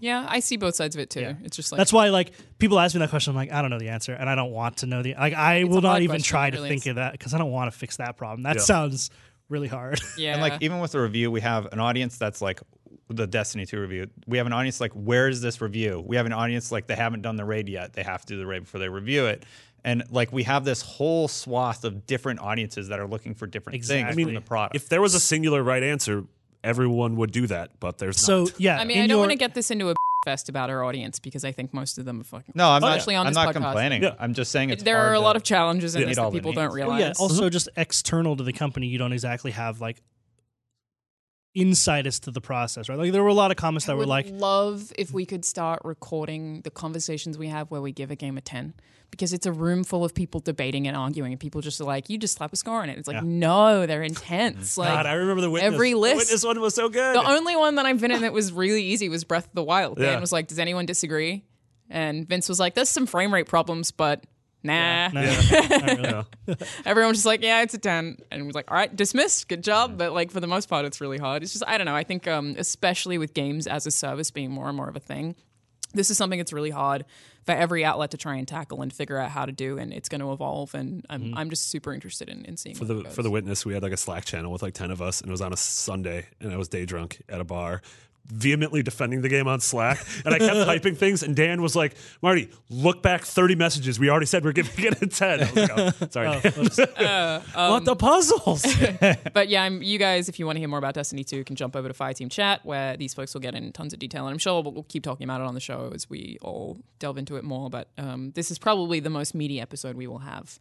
Yeah, I see both sides of it too. It's just like
That's why, like, people ask me that question. I'm like, I don't know the answer, and I don't want to know the. Like, I will
hard
not even
question,
try
it
to
really
think
is.
of that because I don't want to fix that problem. That
Yeah.
sounds really hard.
yeah.
And like even with the review, we have an audience that's like the Destiny 2 review. We have an audience like, where is this review? We have an audience like they haven't done the raid yet. They have to do the raid before they review it. And like we have this whole swath of different audiences that are looking for different things
Exactly.
from the product.
If there was a singular right answer, everyone would do that, but there's
so
not.
yeah,
I mean,
in
I don't
your-
want to get this into a fest about our audience because I think most of them are fucking.
no, I'm not.
especially on
I'm
this
not
podcast.
complaining.
Yeah.
I'm just saying it's
there
hard
are a
to-
lot of challenges in
Yeah.
this
All
that
the
people don't
needs.
realize.
Oh, yeah. Also, just external to the company, you don't exactly have like insight as to the process, right? Like, there were a lot of comments that
I
were
would
like,
love if we could start recording the conversations we have where we give a game a ten because it's a room full of people debating and arguing, and people just are like, "You just slap a score on it." It's like, no, they're intense. Like,
God, I remember the witness.
every list.
The witness one was so good.
The only one that I've been in that was really easy was Breath of the Wild. Dan
Yeah.
was like, "Does anyone disagree?" And Vince was like, "There's some frame rate problems, but nah."
no, no, no, not really.
Everyone was just like, "Yeah, it's a 10." And was like, "All right, dismissed. Good job." But like for the most part, it's really hard. It's just I don't know. I think um, especially with games as a service being more and more of a thing, this is something that's really hard for every outlet to try and tackle and figure out how to do, and it's going to evolve. And I'm, I'm just super interested in, in seeing
Mm-hmm. for the for the witness, we had like a Slack channel with like ten of us, and it was on a Sunday, and I was day drunk at a bar. vehemently defending the game on Slack, and I kept typing things, and Dan was like, "Marty, look back thirty messages. We already said we're giving it a 10. I was like, oh, sorry, Dan."
what
um,
the puzzles?
But yeah, I'm, you guys, if you want to hear more about Destiny 2, can jump over to Fireteam Chat, where these folks will get in tons of detail. And I'm sure we'll, we'll keep talking about it on the show as we all delve into it more. But um, this is probably the most meaty episode we will have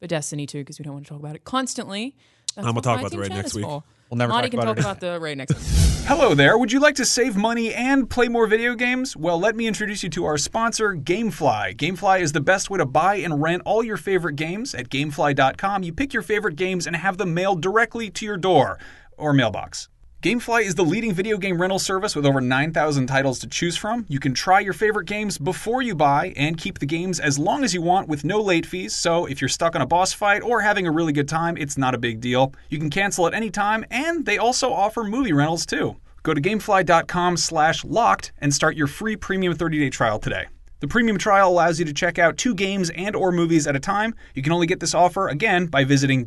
for Destiny 2 because we don't want to talk about it constantly. That's
And we'll
what
talk about the
Fireteam
raid
Chat
next
is
week.
for.
We'll never
Marty
talk
can
about
talk
it
about the raid next week.
Hello there. Would you like to save money and play more video games? Well, let me introduce you to our sponsor, Gamefly. Gamefly is the best way to buy and rent all your favorite games. At gamefly.com, you pick your favorite games and have them mailed directly to your door or mailbox. Gamefly is the leading video game rental service with over 9,000 titles to choose from. You can try your favorite games before you buy and keep the games as long as you want with no late fees. So, if you're stuck on a boss fight or having a really good time, it's not a big deal. You can cancel at any time, and they also offer movie rentals too. Go to gamefly.com slash locked and start your free premium 30-day trial today. The premium trial allows you to check out two games and or movies at a time. You can only get this offer again by visiting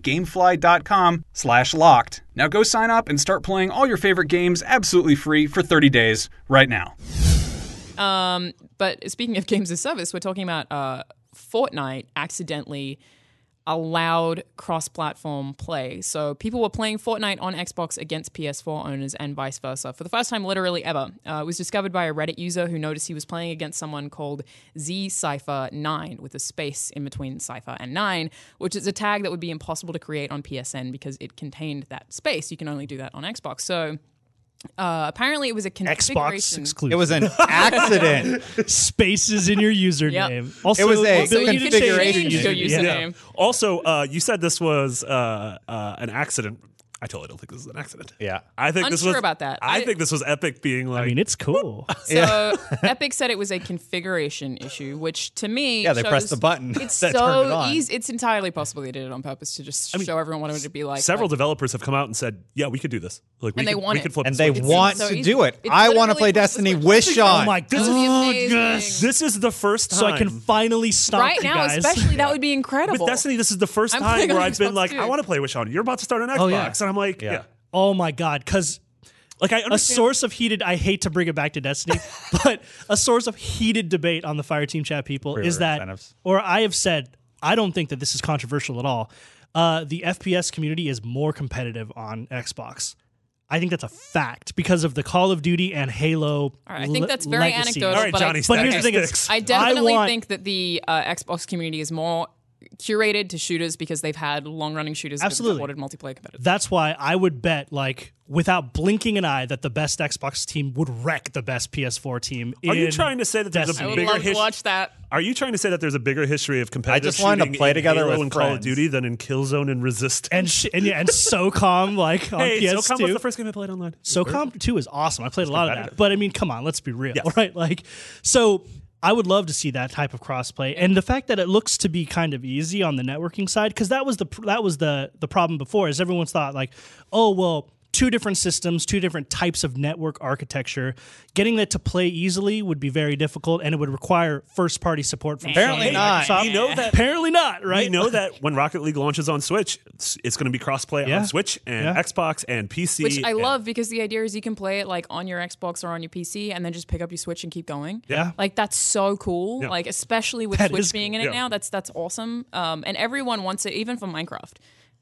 gamefly.com slash locked. Now go sign up and start playing all your favorite games absolutely free for 30 days right now.
But speaking of games as service, we're talking about uh, Fortnite accidentally allowed cross-platform play. So people were playing Fortnite on Xbox against PS4 owners and vice versa for the first time literally ever. Uh, it was discovered by a Reddit user who noticed he was playing against someone called Z Cipher 9 with a space in between Cipher and 9, which is a tag that would be impossible to create on PSN because it contained that space. You can only do that on Xbox. So uh, apparently it was a
Xbox
configuration.
exclusive.
It was an accident.
spaces in your username. Also,
It was a
also, you can change your
configuration
issue.
username.
Your
Yeah.
username.
Also, uh, you said this was uh, uh, an accident. I totally don't think this is an accident.
Yeah.
I think this
Unsure
was
about that.
I,
I-
think this was Epic being like,
I mean, it's cool.
So Epic said it was a configuration issue, which to me,
Yeah, they
shows
pressed the button
It's
that
so
turned it on.
easy. It's entirely possible they did it on purpose to just show everyone what it would be like.
several
like,
developers have come out and said, "Yeah, we could do this. Like, we
And
could,
they want
we
it.
could flip
and
this
they
switch."
want
so
to
easy.
do it.
It's
I want
literally
to play
like this
Destiny
was-
with Sean.
oh my
That would be
god,
amazing.
yes.
This is the first time
So I can finally stomp
right
you
now,
guys.
especially that would be
with
incredible.
Destiny. This is the 1st
I'm
time
playing
where
on
I've been
Xbox
like,
too.
I want to play with Sean. You're about to start an Xbox,
yeah.
and I'm like, yeah.
Oh my god, because
Like I
a
understand.
source of heated I hate to bring it back to Destiny, but a source of heated debate on the Fireteam chat people
Pre-order
is that
incentives.
or I have said I don't think that this is controversial at all. Uh, the FPS community is more competitive on Xbox. I think that's a fact because of the Call of Duty and Halo.
All right, I think
le-
that's very
legacies.
anecdotal.
All right,
but
Johnny
I,
But here's the
Stacks.
thing: it's,
I definitely
want-
think that the uh, Xbox community is more curated to shooters because they've had long-running shooters
Absolutely.
that have supported multiplayer competitive.
That's why I would bet, like, without blinking an eye, that the best Xbox team would wreck the best PS4 team.
Are you
in
trying to say that there's a
Destiny.
I would
bigger
love to
his-
watch that.
Are you trying to say that there's a bigger history of competitive
just wanted to
shooting
play
in
together
Halo
with
and Call of
friends.
Duty than in Killzone and Resistance?
and sh- and, yeah, and SOCOM like on
hey,
PS2.
SOCOM was the first game I played online.
SOCOM 2 is awesome. I played a lot of that. But I mean, come on, let's be real,
Yes.
right? Like, so I would love to see that type of crossplay, and the fact that it looks to be kind of easy on the networking side, because that was the pr- that was the the problem before, is everyone's thought like, oh well. Two different systems, two different types of network architecture. Getting that to play easily would be very difficult, and it would require first-party support from
Apparently
Sony and
not.
Microsoft.
We know that-
Apparently not, right?
I know that when Rocket League launches on Switch, it's, going to be crossplay
Yeah.
on Switch and
Yeah.
Xbox and PC.
Which I
and-
love because the idea is you can play it like on your Xbox or on your PC and then just pick up your Switch and keep going.
Yeah.
Like that's so cool.
Yeah.
Like especially with
That
Switch
is
being
cool,
in it
yeah.
now, that's that's awesome. Um, and everyone wants it, even for Minecraft.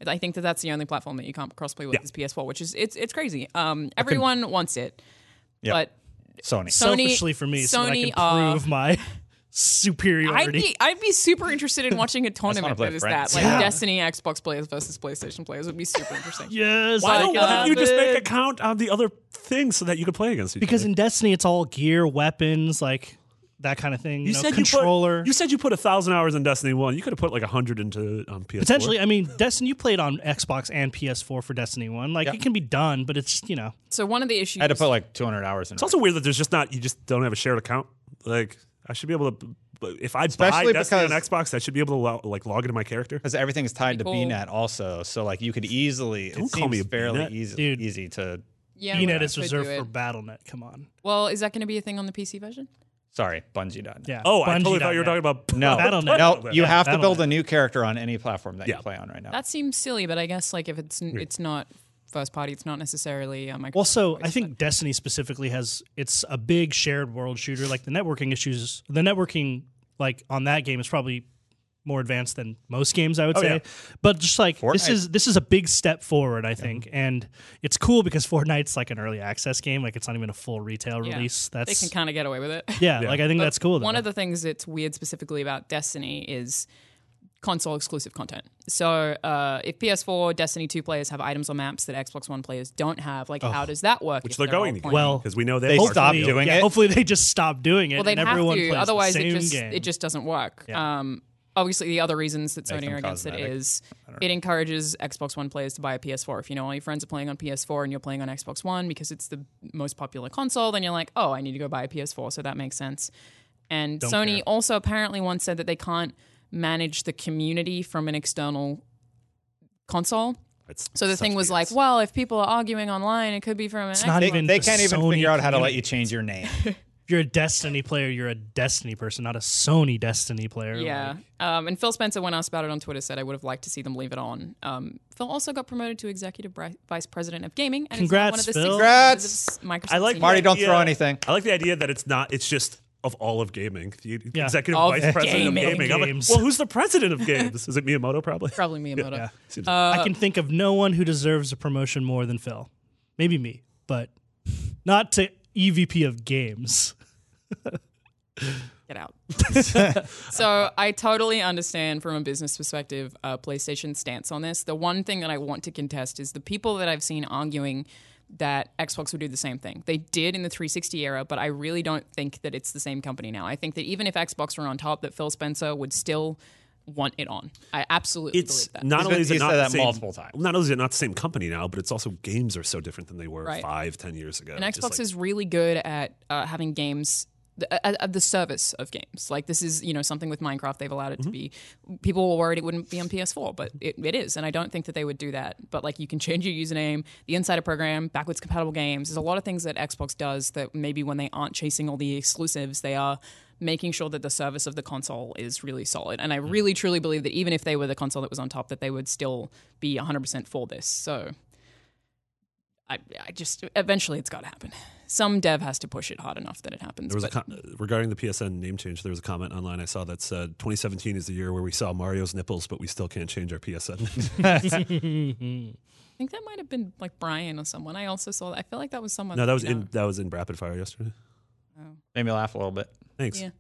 I think that that's the only platform that you can't crossplay with is PS4, which is it's it's crazy. Um, everyone wants it, but
Sony.
Sony-
selfishly for me, so that I
Sony, uh,
can prove my
I'd
superiority.
be I'd be super interested in watching a tournament
play
that is
friends.
that like Destiny Xbox players versus PlayStation players would be super interesting.
yes,
Why
I
don't
can
why don't you
have
just
it.
make a count on the other things so that you could play against each
because
other?
in Destiny it's all gear, weapons, like that kind of thing. You, know,
You,
controller.
put, you said you put a thousand hours in Destiny One. You could have put like a hundred into um, on PS.
Potentially, I mean, Destiny. You played on Xbox and PS4 for Destiny One. Like it can be done, but it's you know,
So one of the issues
I had to put like 200 hours in.
It's also weird that there's just not. You just don't have a shared account. Like I should be able to. but If I
Especially
buy Destiny on
because-
Xbox, I should be able to lo- like log into my character.
because everything's tied to
People-
BNet also. So like you could easily.
Don't
it
call me
seems
a
fairly
BNet.
easy,
Dude.
easy to.
yeah,
Enet
we
is
could
reserved
do it.
for BattleNet. Come on,
Well, is that going to be a thing on the PC version?
Sorry, Bungie done.
yeah.
Oh, I totally thought you were
Bungie.net.
talking about
No,
Battle.net.
no, you
Yeah,
have to
Battle.net.
build a new character on any platform that
Yeah.
you play on right now.
That seems silly, but I guess like if it's it's not first party. It's not necessarily uh, Microsoft.
Also, I think Destiny specifically has it's a big shared world shooter. Like the networking issues, the networking like on that game is probably more advanced than most games,
Oh,
I would say. But just like this
Fortnite.
is this is a big step forward, I think, and it's cool because Fortnite's like an early access game. Like it's not even a full retail
Yeah.
release.
they
That's
can kind of get away with it.
yeah, Like I think
But
that's cool. Though.
One of the things that's weird specifically about Destiny is console exclusive content. So uh, if PS4 Destiny 2 players have items or maps that Xbox One players don't have, like how does that work?
Which
if
they're
all
going to get.
playing?
Well,
because we know
They
they
stopped stop doing
yeah,
it.
Hopefully, they just stop doing it.
Well, they'd
and
have
everyone
to.
plays
Otherwise,
the same
it just
game.
it just doesn't work. Um, obviously, the other reasons that Sony
them
are against it
cosmetic.
is it encourages Xbox One players to buy a PS4. If you know all your friends are playing on PS4 and you're playing on Xbox One because it's the most popular console, then you're like, oh, I need to go buy a PS4. So that makes sense. And Sony also apparently once said that they can't manage the community from an external console.
It's
So the
such
thing was
BS.
like, well, if people are arguing online, it could be from an
It's not
Xbox.
even.
they
the
can't even
Sony
figure out how to
community.
let you change your name.
If you're a Destiny player, you're a Destiny person, not a Sony Destiny player.
Yeah.
Like,
Um, and Phil Spencer, when asked about it on Twitter, said, I would have liked to see them leave it on. Um, Phil also got promoted to executive bri- vice president of gaming. And is now
Congrats,
one of the
Phil.
Six Microsoft E
I like
senior-
Marty,
the
don't throw
idea-
anything.
I like the idea that it's not. It's just of all of gaming, the
Yeah.
executive
Of
vice president
gaming.
of gaming. I'm like,
Games.
well, who's the president of games? Is it Miyamoto? Probably.
Probably Miyamoto.
Seems-
Uh,
I can think of no one who deserves a promotion more than Phil. Maybe me, but not to EVP of games.
Get out. so I totally understand from a business perspective uh, PlayStation's stance on this. The one thing that I want to contest is the people that I've seen arguing that Xbox would do the same thing. They did in the 360 era, but I really don't think that it's the same company now. I think that even if Xbox were on top, that Phil Spencer would still want it on. I absolutely
it's
believe that.
not
He's
only
been-
is it
he's
not
said
the
that
same,
multiple times.
Not only is it not the same company now, but it's also games are so different than they were
Right.
five, ten years ago.
and
Just
Xbox
like-
is really good at uh, having games. The, uh, uh, the service of games like this is you know something with minecraft they've allowed it to be
Mm-hmm.
people were worried it wouldn't be on ps4 but it, it is and i don't think that they would do that but like you can change your username the insider program backwards compatible games there's a lot of things that xbox does that maybe when they aren't chasing all the exclusives they are making sure that the service of the console is really solid and i
Mm-hmm.
really truly believe that even if they were the console that was on top that they would still be 100% for this so I, I just eventually it's got to happen. Some dev has to push it hard enough that it happens.
There was a
but
com- regarding the PSN name change. There was a comment online I saw that said 2017 is the year where we saw Mario's nipples, but we still can't change our PSN.
I think that might have been like Brian or someone. I also saw that. I feel like that was someone.
no, that was
you know.
in that was in Rapid Fire yesterday.
Made me laugh a little bit.
Thanks.
Yeah.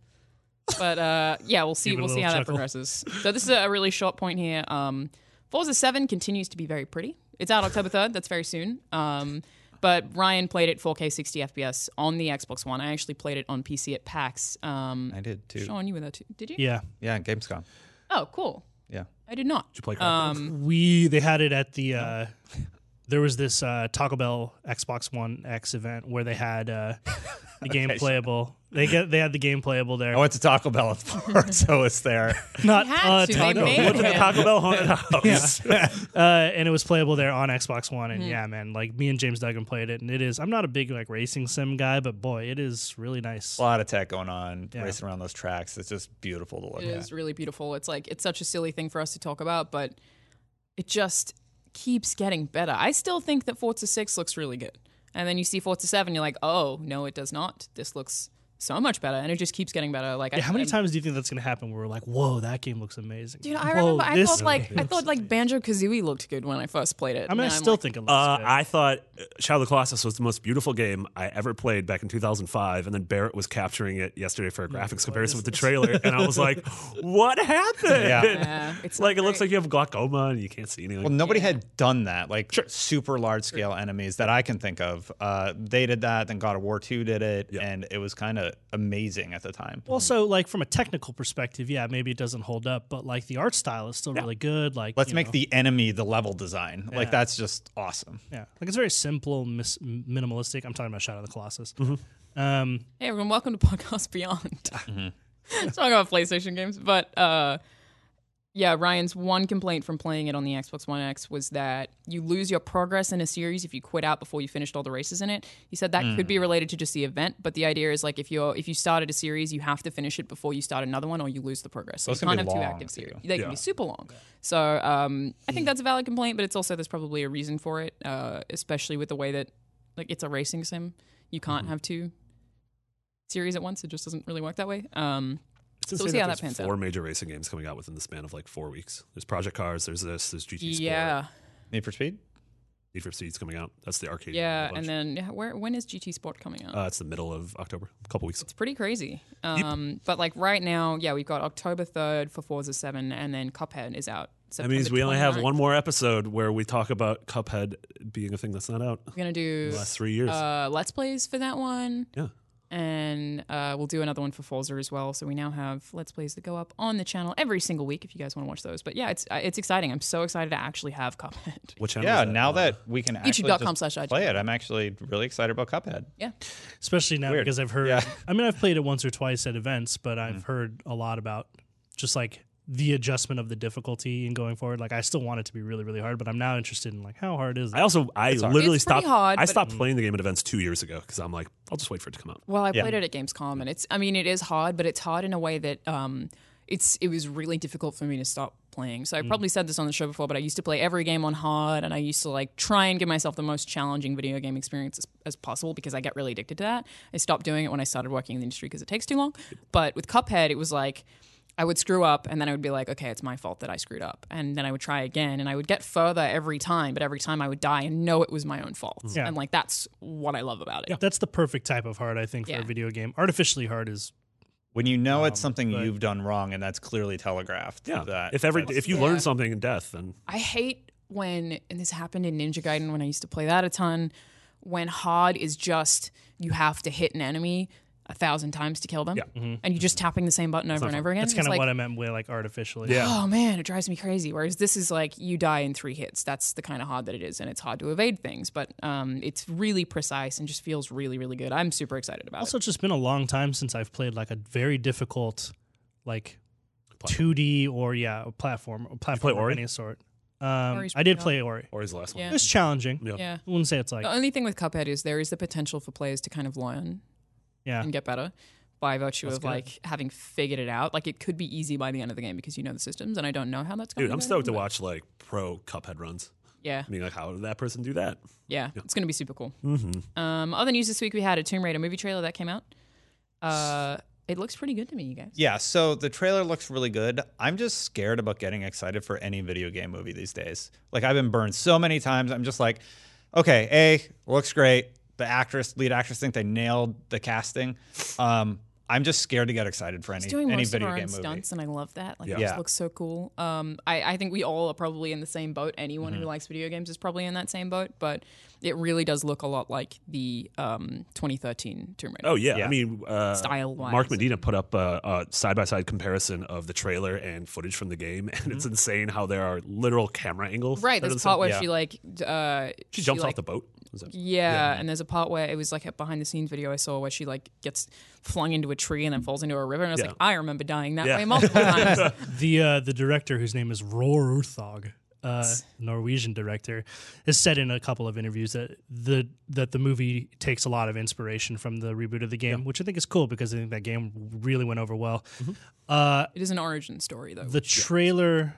But uh, yeah, we'll see.
Give it a
We'll see
little
how that
chuckle.
progresses. So this is a really short point here. Um, Forza Seven continues to be very pretty. It's out October third. That's very soon. Um, but Ryan played it 4K 60 FPS on the Xbox One. I actually played it on PC at PAX. Um,
I did too.
Sean, you were there too. Did you?
Yeah,
Yeah, Gamescom.
Oh, cool.
Yeah.
I did not.
Did you play Crackdown?
Um,
we they had it at the. Uh, there was this uh, Taco Bell Xbox One X event where they had uh, the game playable. They get they had the game playable there.
I went to Taco Bell at four, so it's there.
Not
They had
uh,
to. They
Taco
made
Bell.
Went to the
Yeah.
Taco Bell haunted house.
uh, and it was playable there on Xbox One.
Hmm.
And yeah, man, like me and James Duggan played it, and it is. I'm not a big like racing sim guy, but boy, it is really nice.
A lot of tech going on, racing around those tracks. It's just beautiful to look
It
at.
is really beautiful. It's like it's such a silly thing for us to talk about, but it just keeps getting better. I still think that Forza 6 looks really good. And then you see Forza 7, you're like, "Oh, no, it does not. This looks so much better." And it just keeps getting better. Like I,
Yeah, how many
I'm-
times do you think that's gonna happen? Where we're like, whoa, that game looks amazing.
Dude, I
Whoa,
remember I
this
thought like I
looks
thought like Banjo-Kazooie looked good when I first played it.
I mean, I
And I'm
still
like,
think it looks
Uh,
good.
I thought Shadow of the Colossus was the most beautiful game I ever played back in 2005, and then Barrett was capturing it yesterday
Mm,
for a graphics comparison with the trailer, and I was like, "What happened?"
Yeah.
Yeah, it's
it's like
not
it looks
great.
like you have glaucoma and you can't see anything.
Well, nobody had done that, like super large scale enemies that I can think of. Uh, they did that, then God of War 2 did it, and it was kind of amazing at the time.
also, like from a technical perspective, yeah, maybe it doesn't hold up, but like the art style is still really good. Like,
Let's
you
make
know,
the enemy the level design. Like, that's just awesome.
yeah, like it's very simple, mis- minimalistic. I'm talking about Shadow of the Colossus.
Mm-hmm.
Um,
Hey everyone, welcome to Podcast Beyond. It's Talking about PlayStation games, but uh, Yeah, Ryan's one complaint from playing it on the Xbox One X was that you lose your progress in a series if you quit out before you finished all the races in it. He said that could
Mm.
be related to just the event, but the idea is like if you're if you started a series, you have to finish it before you start another one, or you lose the progress. So
Those
you
can
can't
be
have two
long,
active series.
too.
They can be super long. So um, I
Mm.
think that's a valid complaint, but it's also there's probably a reason for it, uh, especially with the way that like it's a racing sim. You can't
Mm-hmm.
have two series at once. It just doesn't really work that way. Um,
It's insane
we'll see how
there's
that pans out.
four major racing games coming out within the span of like four weeks. There's Project Cars. There's this. There's GT Sport.
yeah,
Need for Speed.
Need for Speed's coming out. That's the arcade.
yeah.
bunch.
And then yeah, where when is GT Sport coming out?
uh, it's the middle of October. A couple weeks.
It's pretty crazy. Um, But like right now, yeah, we've got October 3rd for Forza 7, and then Cuphead is out.
That
September
means we only have
29th.
one more episode where we talk about Cuphead being a thing that's not out.
We're going to
The
do
last three years.
uh, Let's Plays for that one,
yeah.
and uh, we'll do another one for Forza as well. So we now have Let's Plays that go up on the channel every single week if you guys want to watch those. But yeah, it's uh, it's exciting. I'm so excited to actually have Cuphead.
What channel?
Yeah,
is that?
now
Uh,
that we can actually
YouTube.com
just
slash IGN.
play it, I'm actually really excited about Cuphead.
yeah.
especially now
Weird.
because I've heard.
Yeah. Mm-hmm.
I mean, I've played it once or twice at events, but I've heard a lot about just like the adjustment of the difficulty and going forward. Like, I still want it to be really, really hard, but I'm now interested in like how hard is
I
it?
also I literally
It's pretty
stopped.
hard,
I
but-
stopped playing the game at events two years ago because I'm like, I'll just wait for it to come out.
Well, I played it at Gamescom, and it's I mean it is hard, but it's hard in a way that um it's it was really difficult for me to stop playing. So I probably said this on the show before, but I used to play every game on hard, and I used to like try and give myself the most challenging video game experience as, as possible because I get really addicted to that. I stopped doing it when I started working in the industry because it takes too long. But with Cuphead, it was like. I would screw up and then I would be like, okay, it's my fault that I screwed up. And then I would try again and I would get further every time, but every time I would die and know it was my own fault. And like, that's what I love about it.
That's the perfect type of hard, I think, for
Yeah.
a video game. Artificially hard is
When you know it's something you've done wrong, and that's clearly telegraphed.
Um, Yeah.
That,
if every
that's-
if you learn something in death, then
I hate when, and this happened in Ninja Gaiden when I used to play that a ton, when hard is just you have to hit an enemy a thousand times to kill them. And you're just tapping the same button over and over again.
Mm-hmm. that's kind of
like,
what I meant with like artificially.
yeah.
Oh man, it drives me crazy. Whereas this is like you die in three hits. That's the kind of hard that it is, and it's hard to evade things. But um, it's really precise and just feels really, really good. I'm super excited about
Also, it's just been a long time since I've played like a very difficult, like, 2D or yeah, a platform, a platform
Ori?
of any sort. Um,
Ori's
I
pretty
did play Ori.
Or his last
Yeah.
one.
It's challenging.
Yeah.
it. Yeah.
I wouldn't say it's like
The only thing with Cuphead is there is the potential for players to kind of learn
yeah.
and get better by virtue of
good.
like having figured it out. Like it could be easy by the end of the game because you know the systems, and I don't know how that's going.
Dude, I'm stoked to watch like pro Cuphead runs.
Yeah,
I mean, like, how did that person do that?
yeah, it's going to be super cool.
Mm-hmm.
Um, other news this week, we had a Tomb Raider movie trailer that came out. Uh, it looks pretty good to me, you guys.
Yeah, so the trailer looks really good. I'm just scared about getting excited for any video game movie these days. Like I've been burned so many times. I'm just like, okay, A, looks great. The actress, lead actress think they nailed the casting. Um, I'm just scared to get excited for any
She's doing
any
most of
video
her own
game movie.
stunts, and I love that. Like, it
Yeah.
just
Yeah.
looks so cool. Um, I, I think we all are probably in the same boat. Anyone who likes video games is probably in that same boat. But it really does look a lot like the um, 2013 Tomb Raider.
Oh yeah, I
Yeah.
mean, uh,
Style-wise.
Mark Medina put up a- a side by side comparison of the trailer and footage from the game, and it's insane how there are literal camera angles.
Right,
Oh, that are
there's a
the same.
part where
Yeah.
she like d- uh,
she jumps
like,
off the boat. Is that-
Yeah, and there's a part where it was like a behind the scenes video I saw where she like gets flung into a tree and then falls into a river, and I was
Yeah.
like, I remember dying that
Yeah.
way multiple times.
The uh, the director, whose name is Roar Urthog, uh, Norwegian director, has said in a couple of interviews that the that the movie takes a lot of inspiration from the reboot of the game, which I think is cool because I think that game really went over well. Uh,
It is an origin story though.
the trailer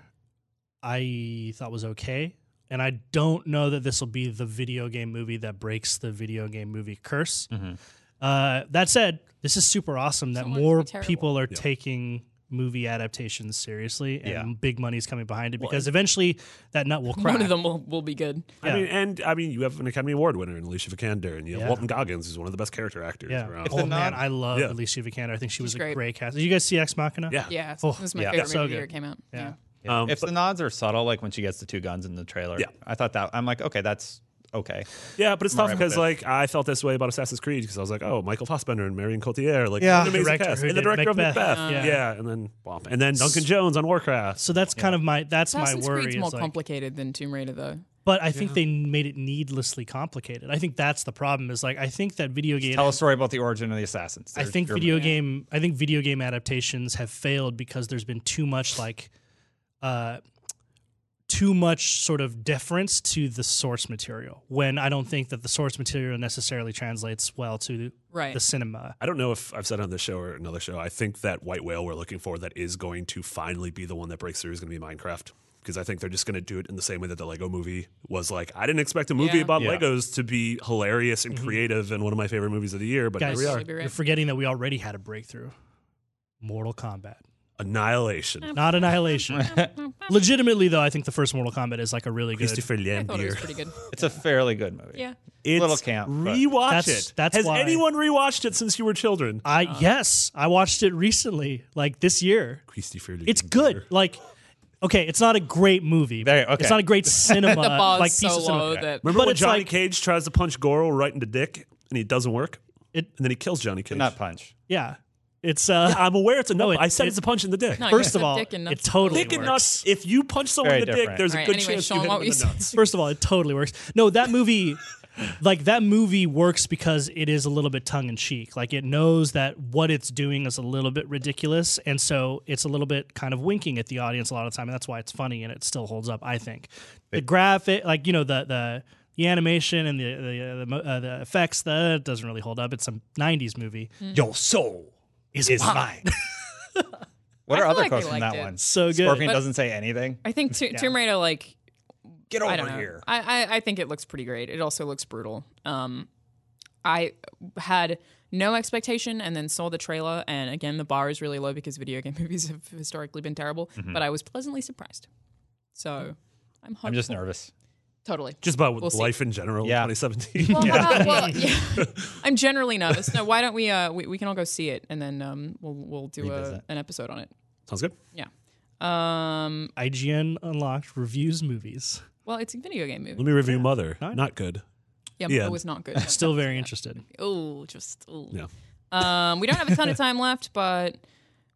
I thought was okay. And I don't know that this will be the video game movie that breaks the video game movie curse.
Mm-hmm.
Uh, that said, this is super awesome that
Someone would
more
be terrible.
people are taking movie adaptations seriously and
Yeah.
big money's coming behind it because eventually that nut will crack.
One of them will, will be good.
I mean, and I mean, you have an Academy Award winner in Alicia Vikander, and you have
Yeah.
Walton Goggins, who's one of the best character actors
yeah.
around.
Oh man, I love
Yeah.
Alicia Vikander. I think she was a
great.
great. cast. Did you guys see Ex Machina?
yeah,
Yeah,
Oh,
this is my
yeah.
favorite
So
movie the
good.
year it came out. Yeah,
Yeah.
Um,
if the nods are subtle, like when she gets the two guns in the trailer,
Yeah.
I thought that I'm like, okay, that's okay.
yeah, but it's tough
right with
because
it.
like I felt this way about Assassin's Creed because I was like, oh, Michael Fassbender and Marion Cotillard, like
Yeah.
an amazing
Director
cast,
who
and the
did
director
Macbeth.
of Macbeth,
Yeah.
yeah. and then bump, and then Duncan Jones on Warcraft.
So that's kind of my that's
Assassin's
my worry.
Creed's
is
more
like-
complicated than Tomb Raider though.
But I think they made it needlessly complicated. I think that's the problem. Is like I think that video game
Tell a story about the origin of the assassins.
I
They're-
think
you're-
video game I think video game adaptations have failed because there's been too much like uh, too much sort of deference to the source material when I don't think that the source material necessarily translates well to
Right.
the cinema.
I don't know if I've said on this show or another show. I think that white whale we're looking for that is going to finally be the one that breaks through is going to be Minecraft because I think they're just going to do it in the same way that the Lego movie was like. I didn't expect a movie
Yeah. Mm-hmm.
about
Yeah.
Legos to be hilarious and creative and one of my favorite movies of the year, but
Guys,
here we are.
Should be right.
you're forgetting that we already had a breakthrough. Mortal Kombat.
Annihilation.
Not Annihilation. Legitimately, though, I think the first Mortal Kombat is like a really good.
Christopher
I thought it was
Lambier.
pretty good.
It's a fairly good movie.
Yeah.
It's
Little camp, but-
Rewatch
That's-
it.
that's
Has
why-
anyone rewatched it since you were children?
I yes, I watched it recently, like this year.
Christopher
It's good. Like, okay, it's not a great movie.
There- okay.
It's not a great cinema.
The bar
like
is
piece
so
of cinema.
low that
Remember
But
when
it's
Johnny
like-
Cage tries to punch Goro right in the dick and it doesn't work?
It-
and then he kills Johnny Cage.
Not punch.
Yeah, it's uh.
I'm aware it's a no.
it-
I said
it-
it's a punch in the dick.
No,
First
it's
of
a
all,
dick and
it
nuts.
totally
dick and
works.
nuts. If you punch someone
Very
in the dick,
different.
there's
All right,
a good
anyway,
chance
Sean,
you hit
what
him
were
in
you
the nuts.
First of all, it totally works. No, that movie, like that movie works because it is a little bit tongue in cheek. Like it knows that what it's doing is a little bit ridiculous, and so it's a little bit kind of winking at the audience a lot of the time, and that's why it's funny and it still holds up. I think the graphic, like you know the the. The animation and the the, uh, the, mo- uh, the effects that doesn't really hold up. It's a '90s movie.
Mm.
Your soul is, mine.
I
What are
feel
other
like I
quotes from
liked
that
it.
one?
So good.
Scorpion
But-
doesn't say anything.
I think to, Tomb Raider, like,
Get
I don't
over
know.
here.
I, I, I think it looks pretty great. It also looks brutal. Um, I had no expectation and then saw the trailer. And again, the bar is really low because video game movies have historically been terrible. But I was pleasantly surprised. So I'm hopeful.
I'm just nervous.
Totally.
Just about with
We'll see.
life in general.
Yeah.
in 2017.
Well, how about- well, yeah. I'm generally nervous. No, why don't we, uh, we, we can all go see it and then um, we'll, we'll do a,
Revisit.
an episode on it.
Sounds good.
Yeah. Um,
IGN Unlocked reviews movies.
well, it's a video game movie.
Let me review Mother. Not good.
Yeah,
Yeah.
it was not good.
Still very interested.
Oh, just ooh.
Yeah.
Um, we don't have a ton of time left, but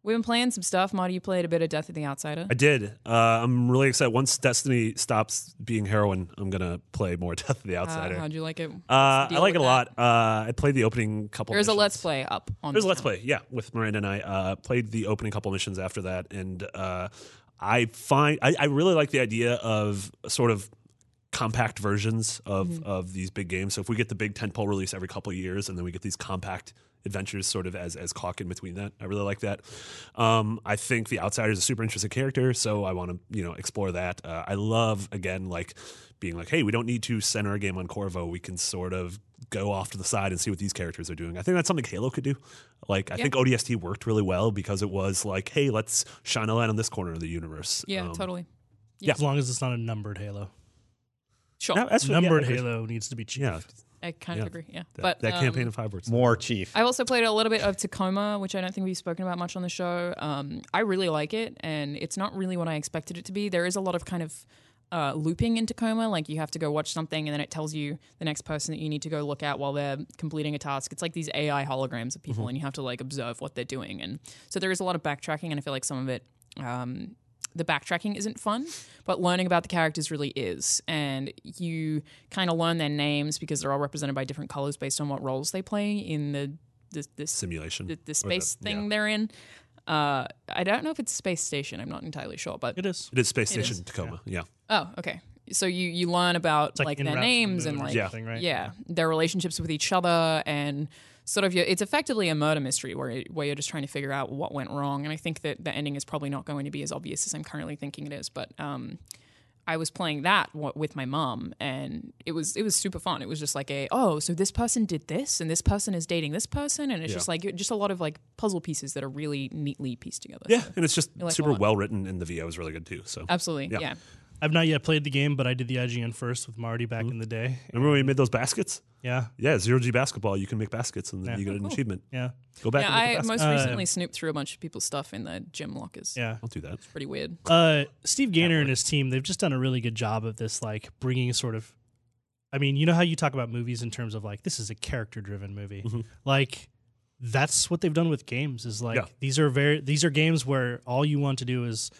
we've been playing some stuff. Marty, you played a bit of Death of the Outsider.
I did. Uh, I'm really excited. Once Destiny stops being heroin, I'm gonna play more Death of the
Uh,
Outsider.
how'd you like it? What's the
Uh, I
deal
like it
with
a
that?
lot. Uh, I played the opening couple.
There's a
missions.
Let's Play up on.
There's a
the
let's
channel.
play, yeah, with Miranda and I. Uh, played the opening couple missions after that, and uh, I find I, I really like the idea of sort of compact versions of
Mm-hmm.
of these big games. So if we get the big tentpole release every couple of years, and then we get these compact adventures sort of as as caulk in between that, I really like that. Um, I think the outsider is a super interesting character, so I want to you know explore that. Uh, I love again like being like, hey, we don't need to center our game on Corvo. We can sort of go off to the side and see what these characters are doing. I think that's something Halo could do. Like I think ODST worked really well because it was like, hey, let's shine a light on this corner of the universe.
Yeah,
Um,
totally.
As long as it's not a numbered Halo.
Sure,
no, that's- yeah,
numbered
I agree.
Halo needs to be cheap.
Yeah,
I kind of
yeah.
agree. Yeah,
that,
but
that
um,
campaign in five words.
More chief.
I also played a little bit of Tacoma, which I don't think we've spoken about much on the show. Um, I really like it, and it's not really what I expected it to be. There is a lot of kind of uh, looping in Tacoma, like you have to go watch something, and then it tells you the next person that you need to go look at while they're completing a task. It's like these AI holograms of people, and you have to like observe what they're doing, and so there is a lot of backtracking, and I feel like some of it. Um, the backtracking isn't fun, but learning about the characters really is. And you kind of learn their names because they're all represented by different colors based on what roles they play in the this, this
Simulation.
the,
Or
the space thing they're in. Uh, I don't know if it's space station. I'm not entirely sure, but
It is.
It is Space Station Tacoma. Yeah.
oh, okay. So you you learn about
like
like
in
their
Route to the
names and
Moon or
like
something, right?
yeah, their relationships with each other and sort of your, it's effectively a murder mystery where it- where you're just trying to figure out what went wrong. And I think that the ending is probably not going to be as obvious as I'm currently thinking it is, but um, I was playing that w- with my mom, and it was it was super fun. It was just like a oh, so this person did this, and this person is dating this person, and it's just like just a lot of like puzzle pieces that are really neatly pieced together.
Yeah,
So-
and it's just
like a
super
lot.
well written, and the VO is really good too. So
absolutely, yeah.
Yeah.
I've not yet played the game, but I did the IGN first with Marty back in the day.
remember when we made those baskets?
Yeah,
Yeah, zero G basketball. You can make baskets, and then
Yeah.
you get an achievement.
yeah,
Go back.
Oh, Yeah,
and make
I
a basket.
most
Uh,
Um,
recently snooped through a bunch of people's stuff in the gym lockers.
yeah.
I'll do that.
Pretty weird.
Uh, Steve Gaynor and his team—they've just done a really good job of this, like bringing sort of. I mean, you know how you talk about movies in terms of like this is a character-driven movie, like. That's what they've done with games. Is like
Yeah.
these are very these are games where all you want to do is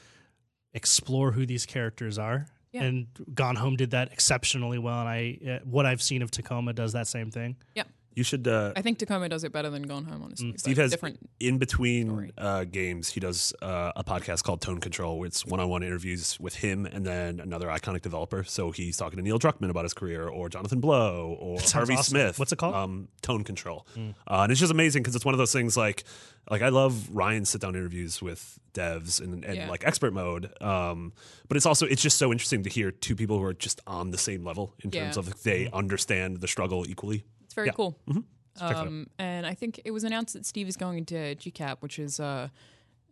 explore who these characters are.
Yeah.
eh, And Gone Home did that exceptionally well, and I uh, what I've seen of Tacoma does that same thing.
Yeah,
You should. Uh,
I think Tacoma does it better than Gone Home, honestly. It's
Mm, Steve
like
has
different.
in between
story.
uh, games. He does uh, a podcast called Tone Control, where it's one-on-one interviews with him and then another iconic developer. So he's talking to Neil Druckmann about his career, or Jonathan Blow, or Harvey
awesome.
Smith.
What's it called? Hmm.
Um, Tone Control, uh, and it's just amazing because it's one of those things like, like I love Ryan's sit-down interviews with devs and, and
Yeah.
like expert mode. Um, but it's also it's just so interesting to hear two people who are just on the same level in terms
Yeah.
of they
Hmm.
understand the struggle equally.
It's very
Yeah. Mm-hmm.
cool.
check it out.
Um, and I think it was announced that Steve is going into GCAP, which is uh,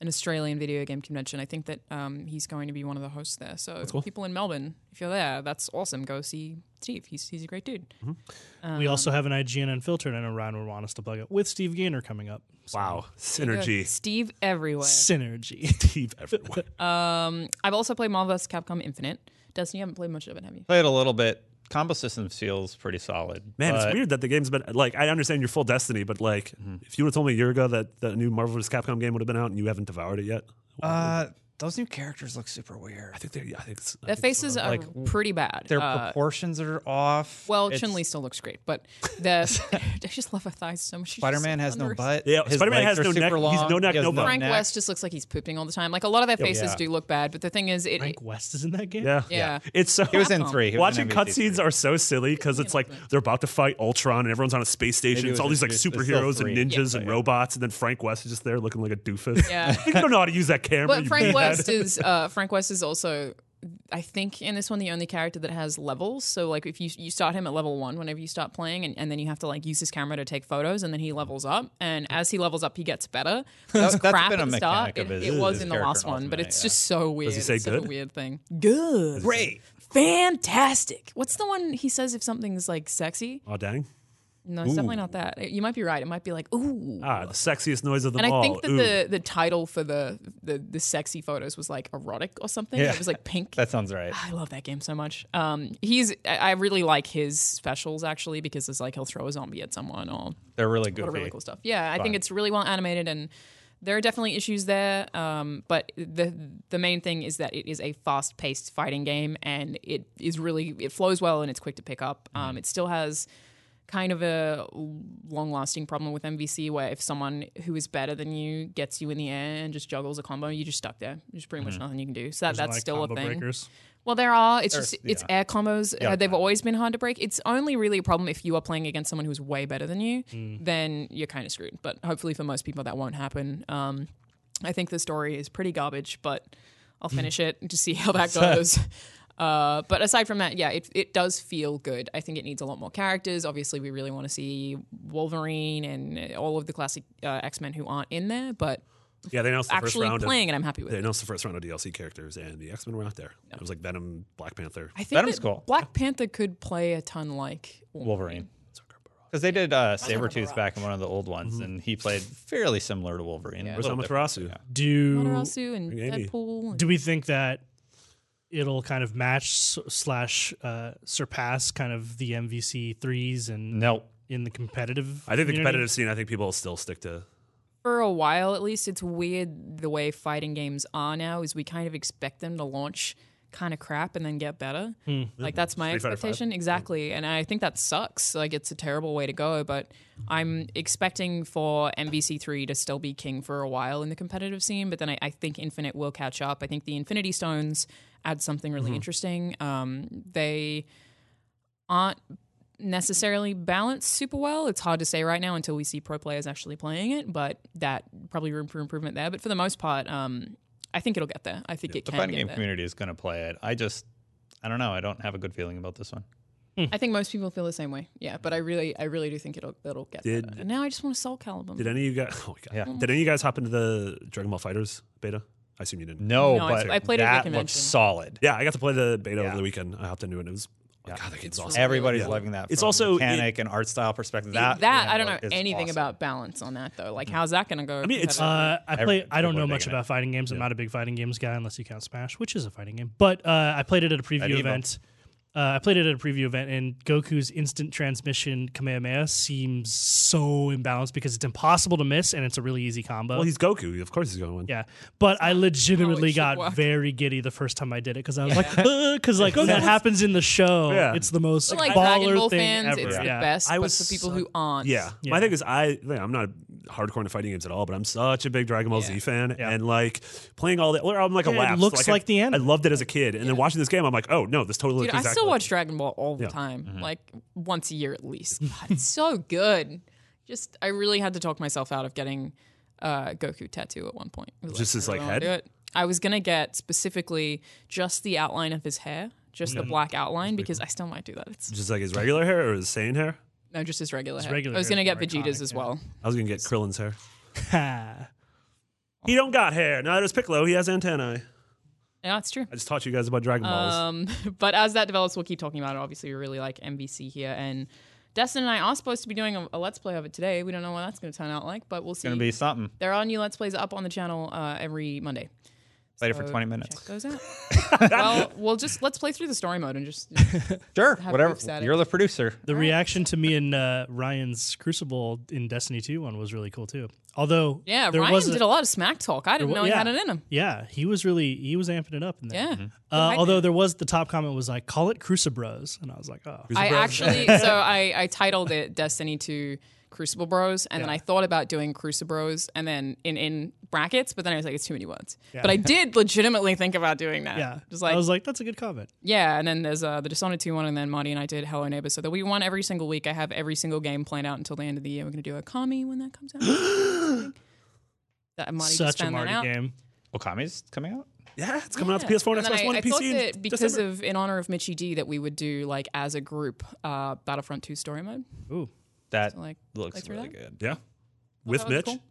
an Australian video game convention. I think that um, he's going to be one of the hosts there. So people in Melbourne, if you're there, that's awesome. Go see Steve. He's he's a great dude.
Mm-hmm.
we also have an IGN unfiltered. I know Ryan would want us to plug it with Steve Gaynor coming up. So,
Wow,
Good.
synergy.
Steve everywhere.
Synergy.
Steve everywhere.
I've also played Marvel vs. Capcom Infinite. Destiny, you haven't played much of it, have you?
Played a little bit. Combo system feels pretty solid.
Man,
but- Mm-hmm.
it's weird that the game's been like. I understand your full destiny, but like, if you would have told me a year ago that the new Marvel vs. Capcom game would have been out and you haven't devoured it yet,
Uh, those new characters look super weird.
I think they, I think it's, I
Their
think it's-
faces are
like,
pretty bad.
Their
Uh,
proportions are off.
well,
It's-
Chun Li still looks great, but the I just love her thighs so much. She's just
Spider Man has no
thunderous.
butt.
Yeah,
His
Spider-Man
legs
has
are
no
super
neck. He's
long.
no neck,
He has
no butt.
Frank West just looks like he's pooping all the time. Like a lot of their faces
Oh, Yeah.
do look bad, but the thing is, it,
Frank West is in that game.
Yeah,
Yeah.
It's so.
He was in three. He was in
Watching
MVP three.
cutscenes are so silly because it's like they're about to fight Ultron and everyone's on a space station.
Maybe it
It's all
was
these like
introduced- it's still
superheroes
three.
and ninjas
Yeah.
and robots, and then Frank West is just there looking like a doofus.
Yeah.
I think I don't know how to use that camera.
But
you
Frank
meathead.
West is uh, Frank West is also, I think, in this one the only character that has levels. So like if you you start him at level one whenever you start playing, and, and then you have to like use his camera to take photos, and then he levels up, and as he levels up, he gets better. It was
that's
crap
been a
at the
mechanic
start.
of
It,
his-
it was
his
in the
character
last
in
one, but
Ultimate,
it's
yeah.
just so weird.
he say
it's such a
good?
weird thing. Good, great, fantastic. What's the one he says if something's like sexy?
Oh dang!
No, it's definitely not that. You might be right. It might be like ooh.
Ah, the sexiest noise of them
And
all.
I think that
Ooh.
the, the title for the, the the sexy photos was like erotic or something.
Yeah.
It was like pink.
That sounds right.
I love that game so much. Um, he's I I really like his specials actually because it's like he'll throw a zombie at someone or
They're really goofy.
a lot of really cool stuff. Yeah, I think it's really well animated and there are definitely issues there. Um, but the the main thing is that it is a fast paced fighting game and it is really it flows well and it's quick to pick up.
Mm-hmm.
Um, it still has kind of a long lasting problem with MVC where if someone who is better than you gets you in the air and just juggles a combo, you're just stuck there. There's pretty much nothing you can do. So that,
Mm-hmm. There's lot
that's
of
still a
combo
thing.
breakers.
Well, there are. It's just it's
yeah.
air combos. uh, they've always been hard to break. It's only really a problem if you are playing against someone who's way better than you.
Mm.
Then you're kind of screwed. But hopefully for most people that won't happen. Um, I think the story is pretty garbage, but I'll
Mm.
finish it and just see how that goes. Uh, but aside from that, yeah, it, it does feel good. I think it needs a lot more characters. Obviously, we really want to see Wolverine and all of the classic uh, X Men who aren't in there, but
yeah, they announced the first
actually
round of-
playing, and I'm happy with
They
it.
announced the first round of DLC characters, and the X Men were out there. It was like Venom, Black Panther.
I think
Venom's
that
cool.
Black Panther could play a ton like
Wolverine. Because they did uh, Sabretooth back in one of the old ones, and he played fairly similar to Wolverine.
Oh, Yeah.
A
Where's
little different.
Amaterasu?
Do
Amaterasu and
Mm, Maybe.
Deadpool. and-
do we think that it'll kind of match s- slash uh, surpass kind of the MVC threes and
No.
in the competitive?
I think the
community?
competitive scene. I think people will still stick to.
for a while, at least, it's weird the way fighting games are now. Is we kind of expect them to launch kind of crap and then get better. Like that's my
Hmm, Street Fighter five.
expectation exactly, and I think that sucks. Like it's a terrible way to go. But I'm expecting for MVC three to still be king for a while in the competitive scene. But then I, I think Infinite will catch up. I think the Infinity Stones add something
Mm-hmm.
really interesting. Um, they aren't necessarily balanced super well. It's hard to say right now until we see pro players actually playing it, but that probably room for improvement there. But for the most part, um, I think it'll get there. I think it
The
can
fighting
get
game
there.
community is going to play it. I just, I don't know. I don't have a good feeling about this one.
I think most people feel the same way. Yeah, but I really, I really do think it'll it'll get
Did-
better. And now I just want a Soul Calibur.
Did any of you guys? Oh my god!
Yeah.
Did any of you guys hop into the Dragon Ball Fighters beta? I assume you didn't.
No,
No, I-
but
I played it at the
that looks
convention.
solid.
Yeah, I got to play the beta over
Yeah.
the weekend. I hopped into it. and It was. oh God, that game's awesome.
Everybody's
Yeah.
loving that.
It's
from a
also-
mechanic and art style perspective.
that,
That
I don't
yeah,
know
is
anything
awesome.
about balance on that though. Like, how's that going to go? I
mean, it's-
Uh, I play.
Every-
I don't
people
know
are
much
digging it.
about fighting games. I'm not a big fighting games guy unless you count Smash, which is a fighting game. But uh, I played it at a preview
Medieval.
event, Uh, I played it at a preview event, and Goku's instant transmission Kamehameha seems so imbalanced because it's impossible to miss, and it's a really easy combo.
Well, he's Goku. Of course he's going to win.
Yeah, but I legitimately
should
got
work.
very giddy the first time I did it because I was like, because like when that happens in the show,
Yeah.
it's the most
For like
baller
Dragon Ball
thing
fans,
ever.
it's the
yeah.
best.
I
but
was
for people
so-
who aren't,
Yeah.
Yeah.
My thing is, I I'm not hardcore into fighting games at all, but I'm such a big Dragon Ball Z fan, and like playing all that. Well, I'm like
Yeah,
a
it
lapse.
looks
I-
like the anime.
I loved it as a kid, and then watching this game, I'm like, oh no, this totally.
Dude,
looks
I
exactly
still
like
watch Dragon Ball all the time, like once a year at least. God, it's so good. Just, I really had to talk myself out of getting uh, Goku tattoo at one point. It was
Just
like,
his,
I
like,
don't wanna
head?
do it. I was gonna get specifically just the outline of his hair, just the black outline, because I still might do that. It's
Just like his regular hair or his sane hair.
no, just his regular hair.
regular
I was
hair
gonna
is
get
more
Vegeta's
iconic,
as
yeah.
well.
I was gonna get Krillin's hair.
Ha.
He don't got hair. Neither does Piccolo. He has antennae.
Yeah, that's true.
I just taught you guys about Dragon Balls.
Um, but as that develops, we'll keep talking about it. Obviously, we really like MVC here, and Destin and I are supposed to be doing a, a let's play of it today. We don't know what that's going to turn out like, but we'll see.
Gonna be something
there are new let's plays up on the channel uh, every Monday.
later for
So
20
Check
minutes.
those out. well, we'll just let's play through the story mode and just
Sure,
Have
whatever.
Luke's at it.
You're the producer.
The reaction to me and uh, Ryan's Crucible in Destiny 2 one was really cool too. Although
yeah.
there
Ryan
was
did a lot of smack talk. I didn't
wa-
know he
yeah.
had it in him.
Yeah, he was really he was amping it up in there.
Yeah.
Uh, although there was the top comment was like, "Call it Crucibros," and I was like, "Oh,
I actually so I, I titled it Destiny 2 Crucible Bros and then I thought about doing Crucibros and then in in brackets, but then I was like, it's too many words. But I did legitimately think about doing that.
yeah."
Just like,
I was like, "That's a good comment."
yeah, and then there's uh, the Dishonored 2 one, and then Marty and I did Hello Neighbor. So there'll be one every single week. I have every single game planned out until the end of the year. We're going to do a Kami when that comes out. that Marty just
Such a
found that
Marty
out.
game.
Okami's coming out.
yeah, it's coming out to
Yeah.
PS4 and
then
Xbox One
I,
and
I thought
PC. in
that because
December.
of in honor of Mitchie D that we would do like as a group uh, Battlefront 2 story mode.
Ooh,
That
Like play
looks
through
really
that?
good.
yeah, with
that would
Mitch.
be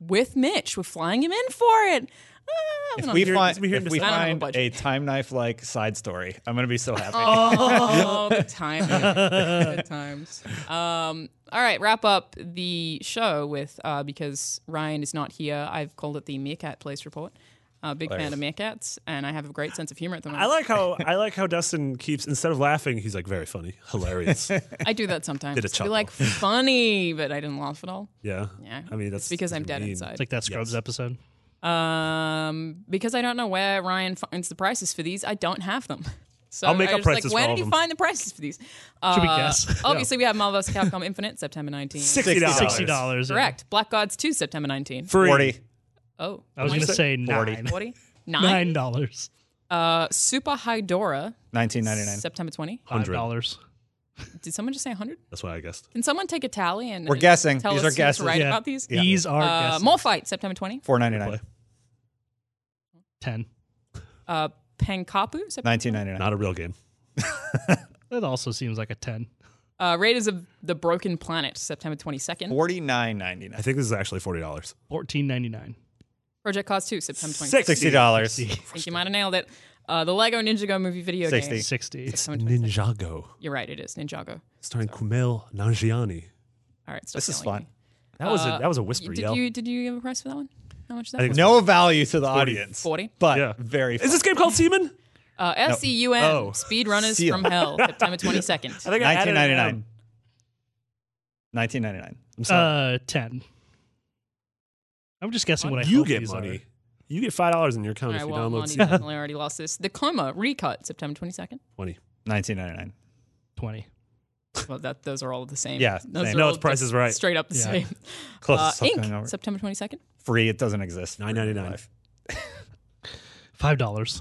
with Mitch. We're flying him in for it. Ah, I'm
If
not
we
sure.
find,
me hearing
if
this
I
we
don't have a
find a,
budget.
time knife like side story, I'm gonna be so happy.
oh, good times. good times. Um, all right, wrap up the show with uh, because Ryan is not here. I've called it the Meerkat Place Report. Uh,
Oh,
big fan of meerkats, and I have a great sense of humor at the moment.
I like how I like how Dustin keeps instead of laughing, he's like very funny, hilarious.
I do that sometimes.
Did a
Be
chuckle.
like funny, but I didn't laugh at all.
yeah,
Yeah,
I mean, that's
It's because I'm dead
mean.
inside.
it's like that Scrubs episode.
Um, because I don't know where Ryan finds the prices for these. I don't have them. So
I'll make
I
up
was
prices
Like,
for
where
all
did
of
you
them.
find the prices for these?
Should we
Uh,
guess?
Obviously, we have Marvel vs. Capcom Infinite September 19.
sixty dollars.
Sixty dollars.
Correct. Black Gods 2 September 19.
Free.
40.
Oh,
I was gonna say nine.
40?
Nine
Nine.
dollars.
Uh, Super Hydora
1999.
September 20.
Five
100.
dollars.
Did someone just say 100?
That's what I guessed.
Can someone take a tally and
We're
and
guessing.
Tell
These
us
are
who's
guesses.
Right
Yeah.
about these.
These are
Uh,
guesses.
More fight September 20.
499.
Ten.
Uh, Pankapu September
1999.
Not a real game.
That also seems like a ten.
Uh, Raiders of the Broken Planet September 22nd.
I
49.99.
think this is actually forty dollars.
Fourteen ninety nine.
Project Cars 2 September 22nd.
Sixty dollars.
I think you might have nailed it. Uh, the Lego Ninjago movie video
60.
game.
Sixty.
It's Ninjago,
You're right, it is Ninjago.
starring Kumail Nanjiani.
All right, stop
This
yelling
is fun.
at me.
That was
Uh,
a that was a whisper
Did
yell.
you did you give a price for that one? How much is that?
I think
one?
No
it's-
value to the audience,
40.
but
Yeah.
very. Fun.
is this game called Seaman?
Uh, SEUM
Oh.
Speedrunners
Seal.
from Hell September 22nd.
I think I added it
1999.
down.
1999.
I'm sorry.
Uh, ten. I'm just guessing what I
you
hope
get
these
money.
are.
You get five dollars in
All
your account
right,
if you
well,
download
Monty
Seaman.
definitely already lost this. The Coma Recut September 22nd.
Twenty.
1999.
Twenty.
Well, that those are all the same.
Yeah,
those
same.
are
No,
all
it's Price
just
is Right.
Straight up the
Yeah.
same.
Close.
Uh,
to something
Ink
over.
September 22nd.
Free. It doesn't exist.
Nine ninety nine.
Five dollars.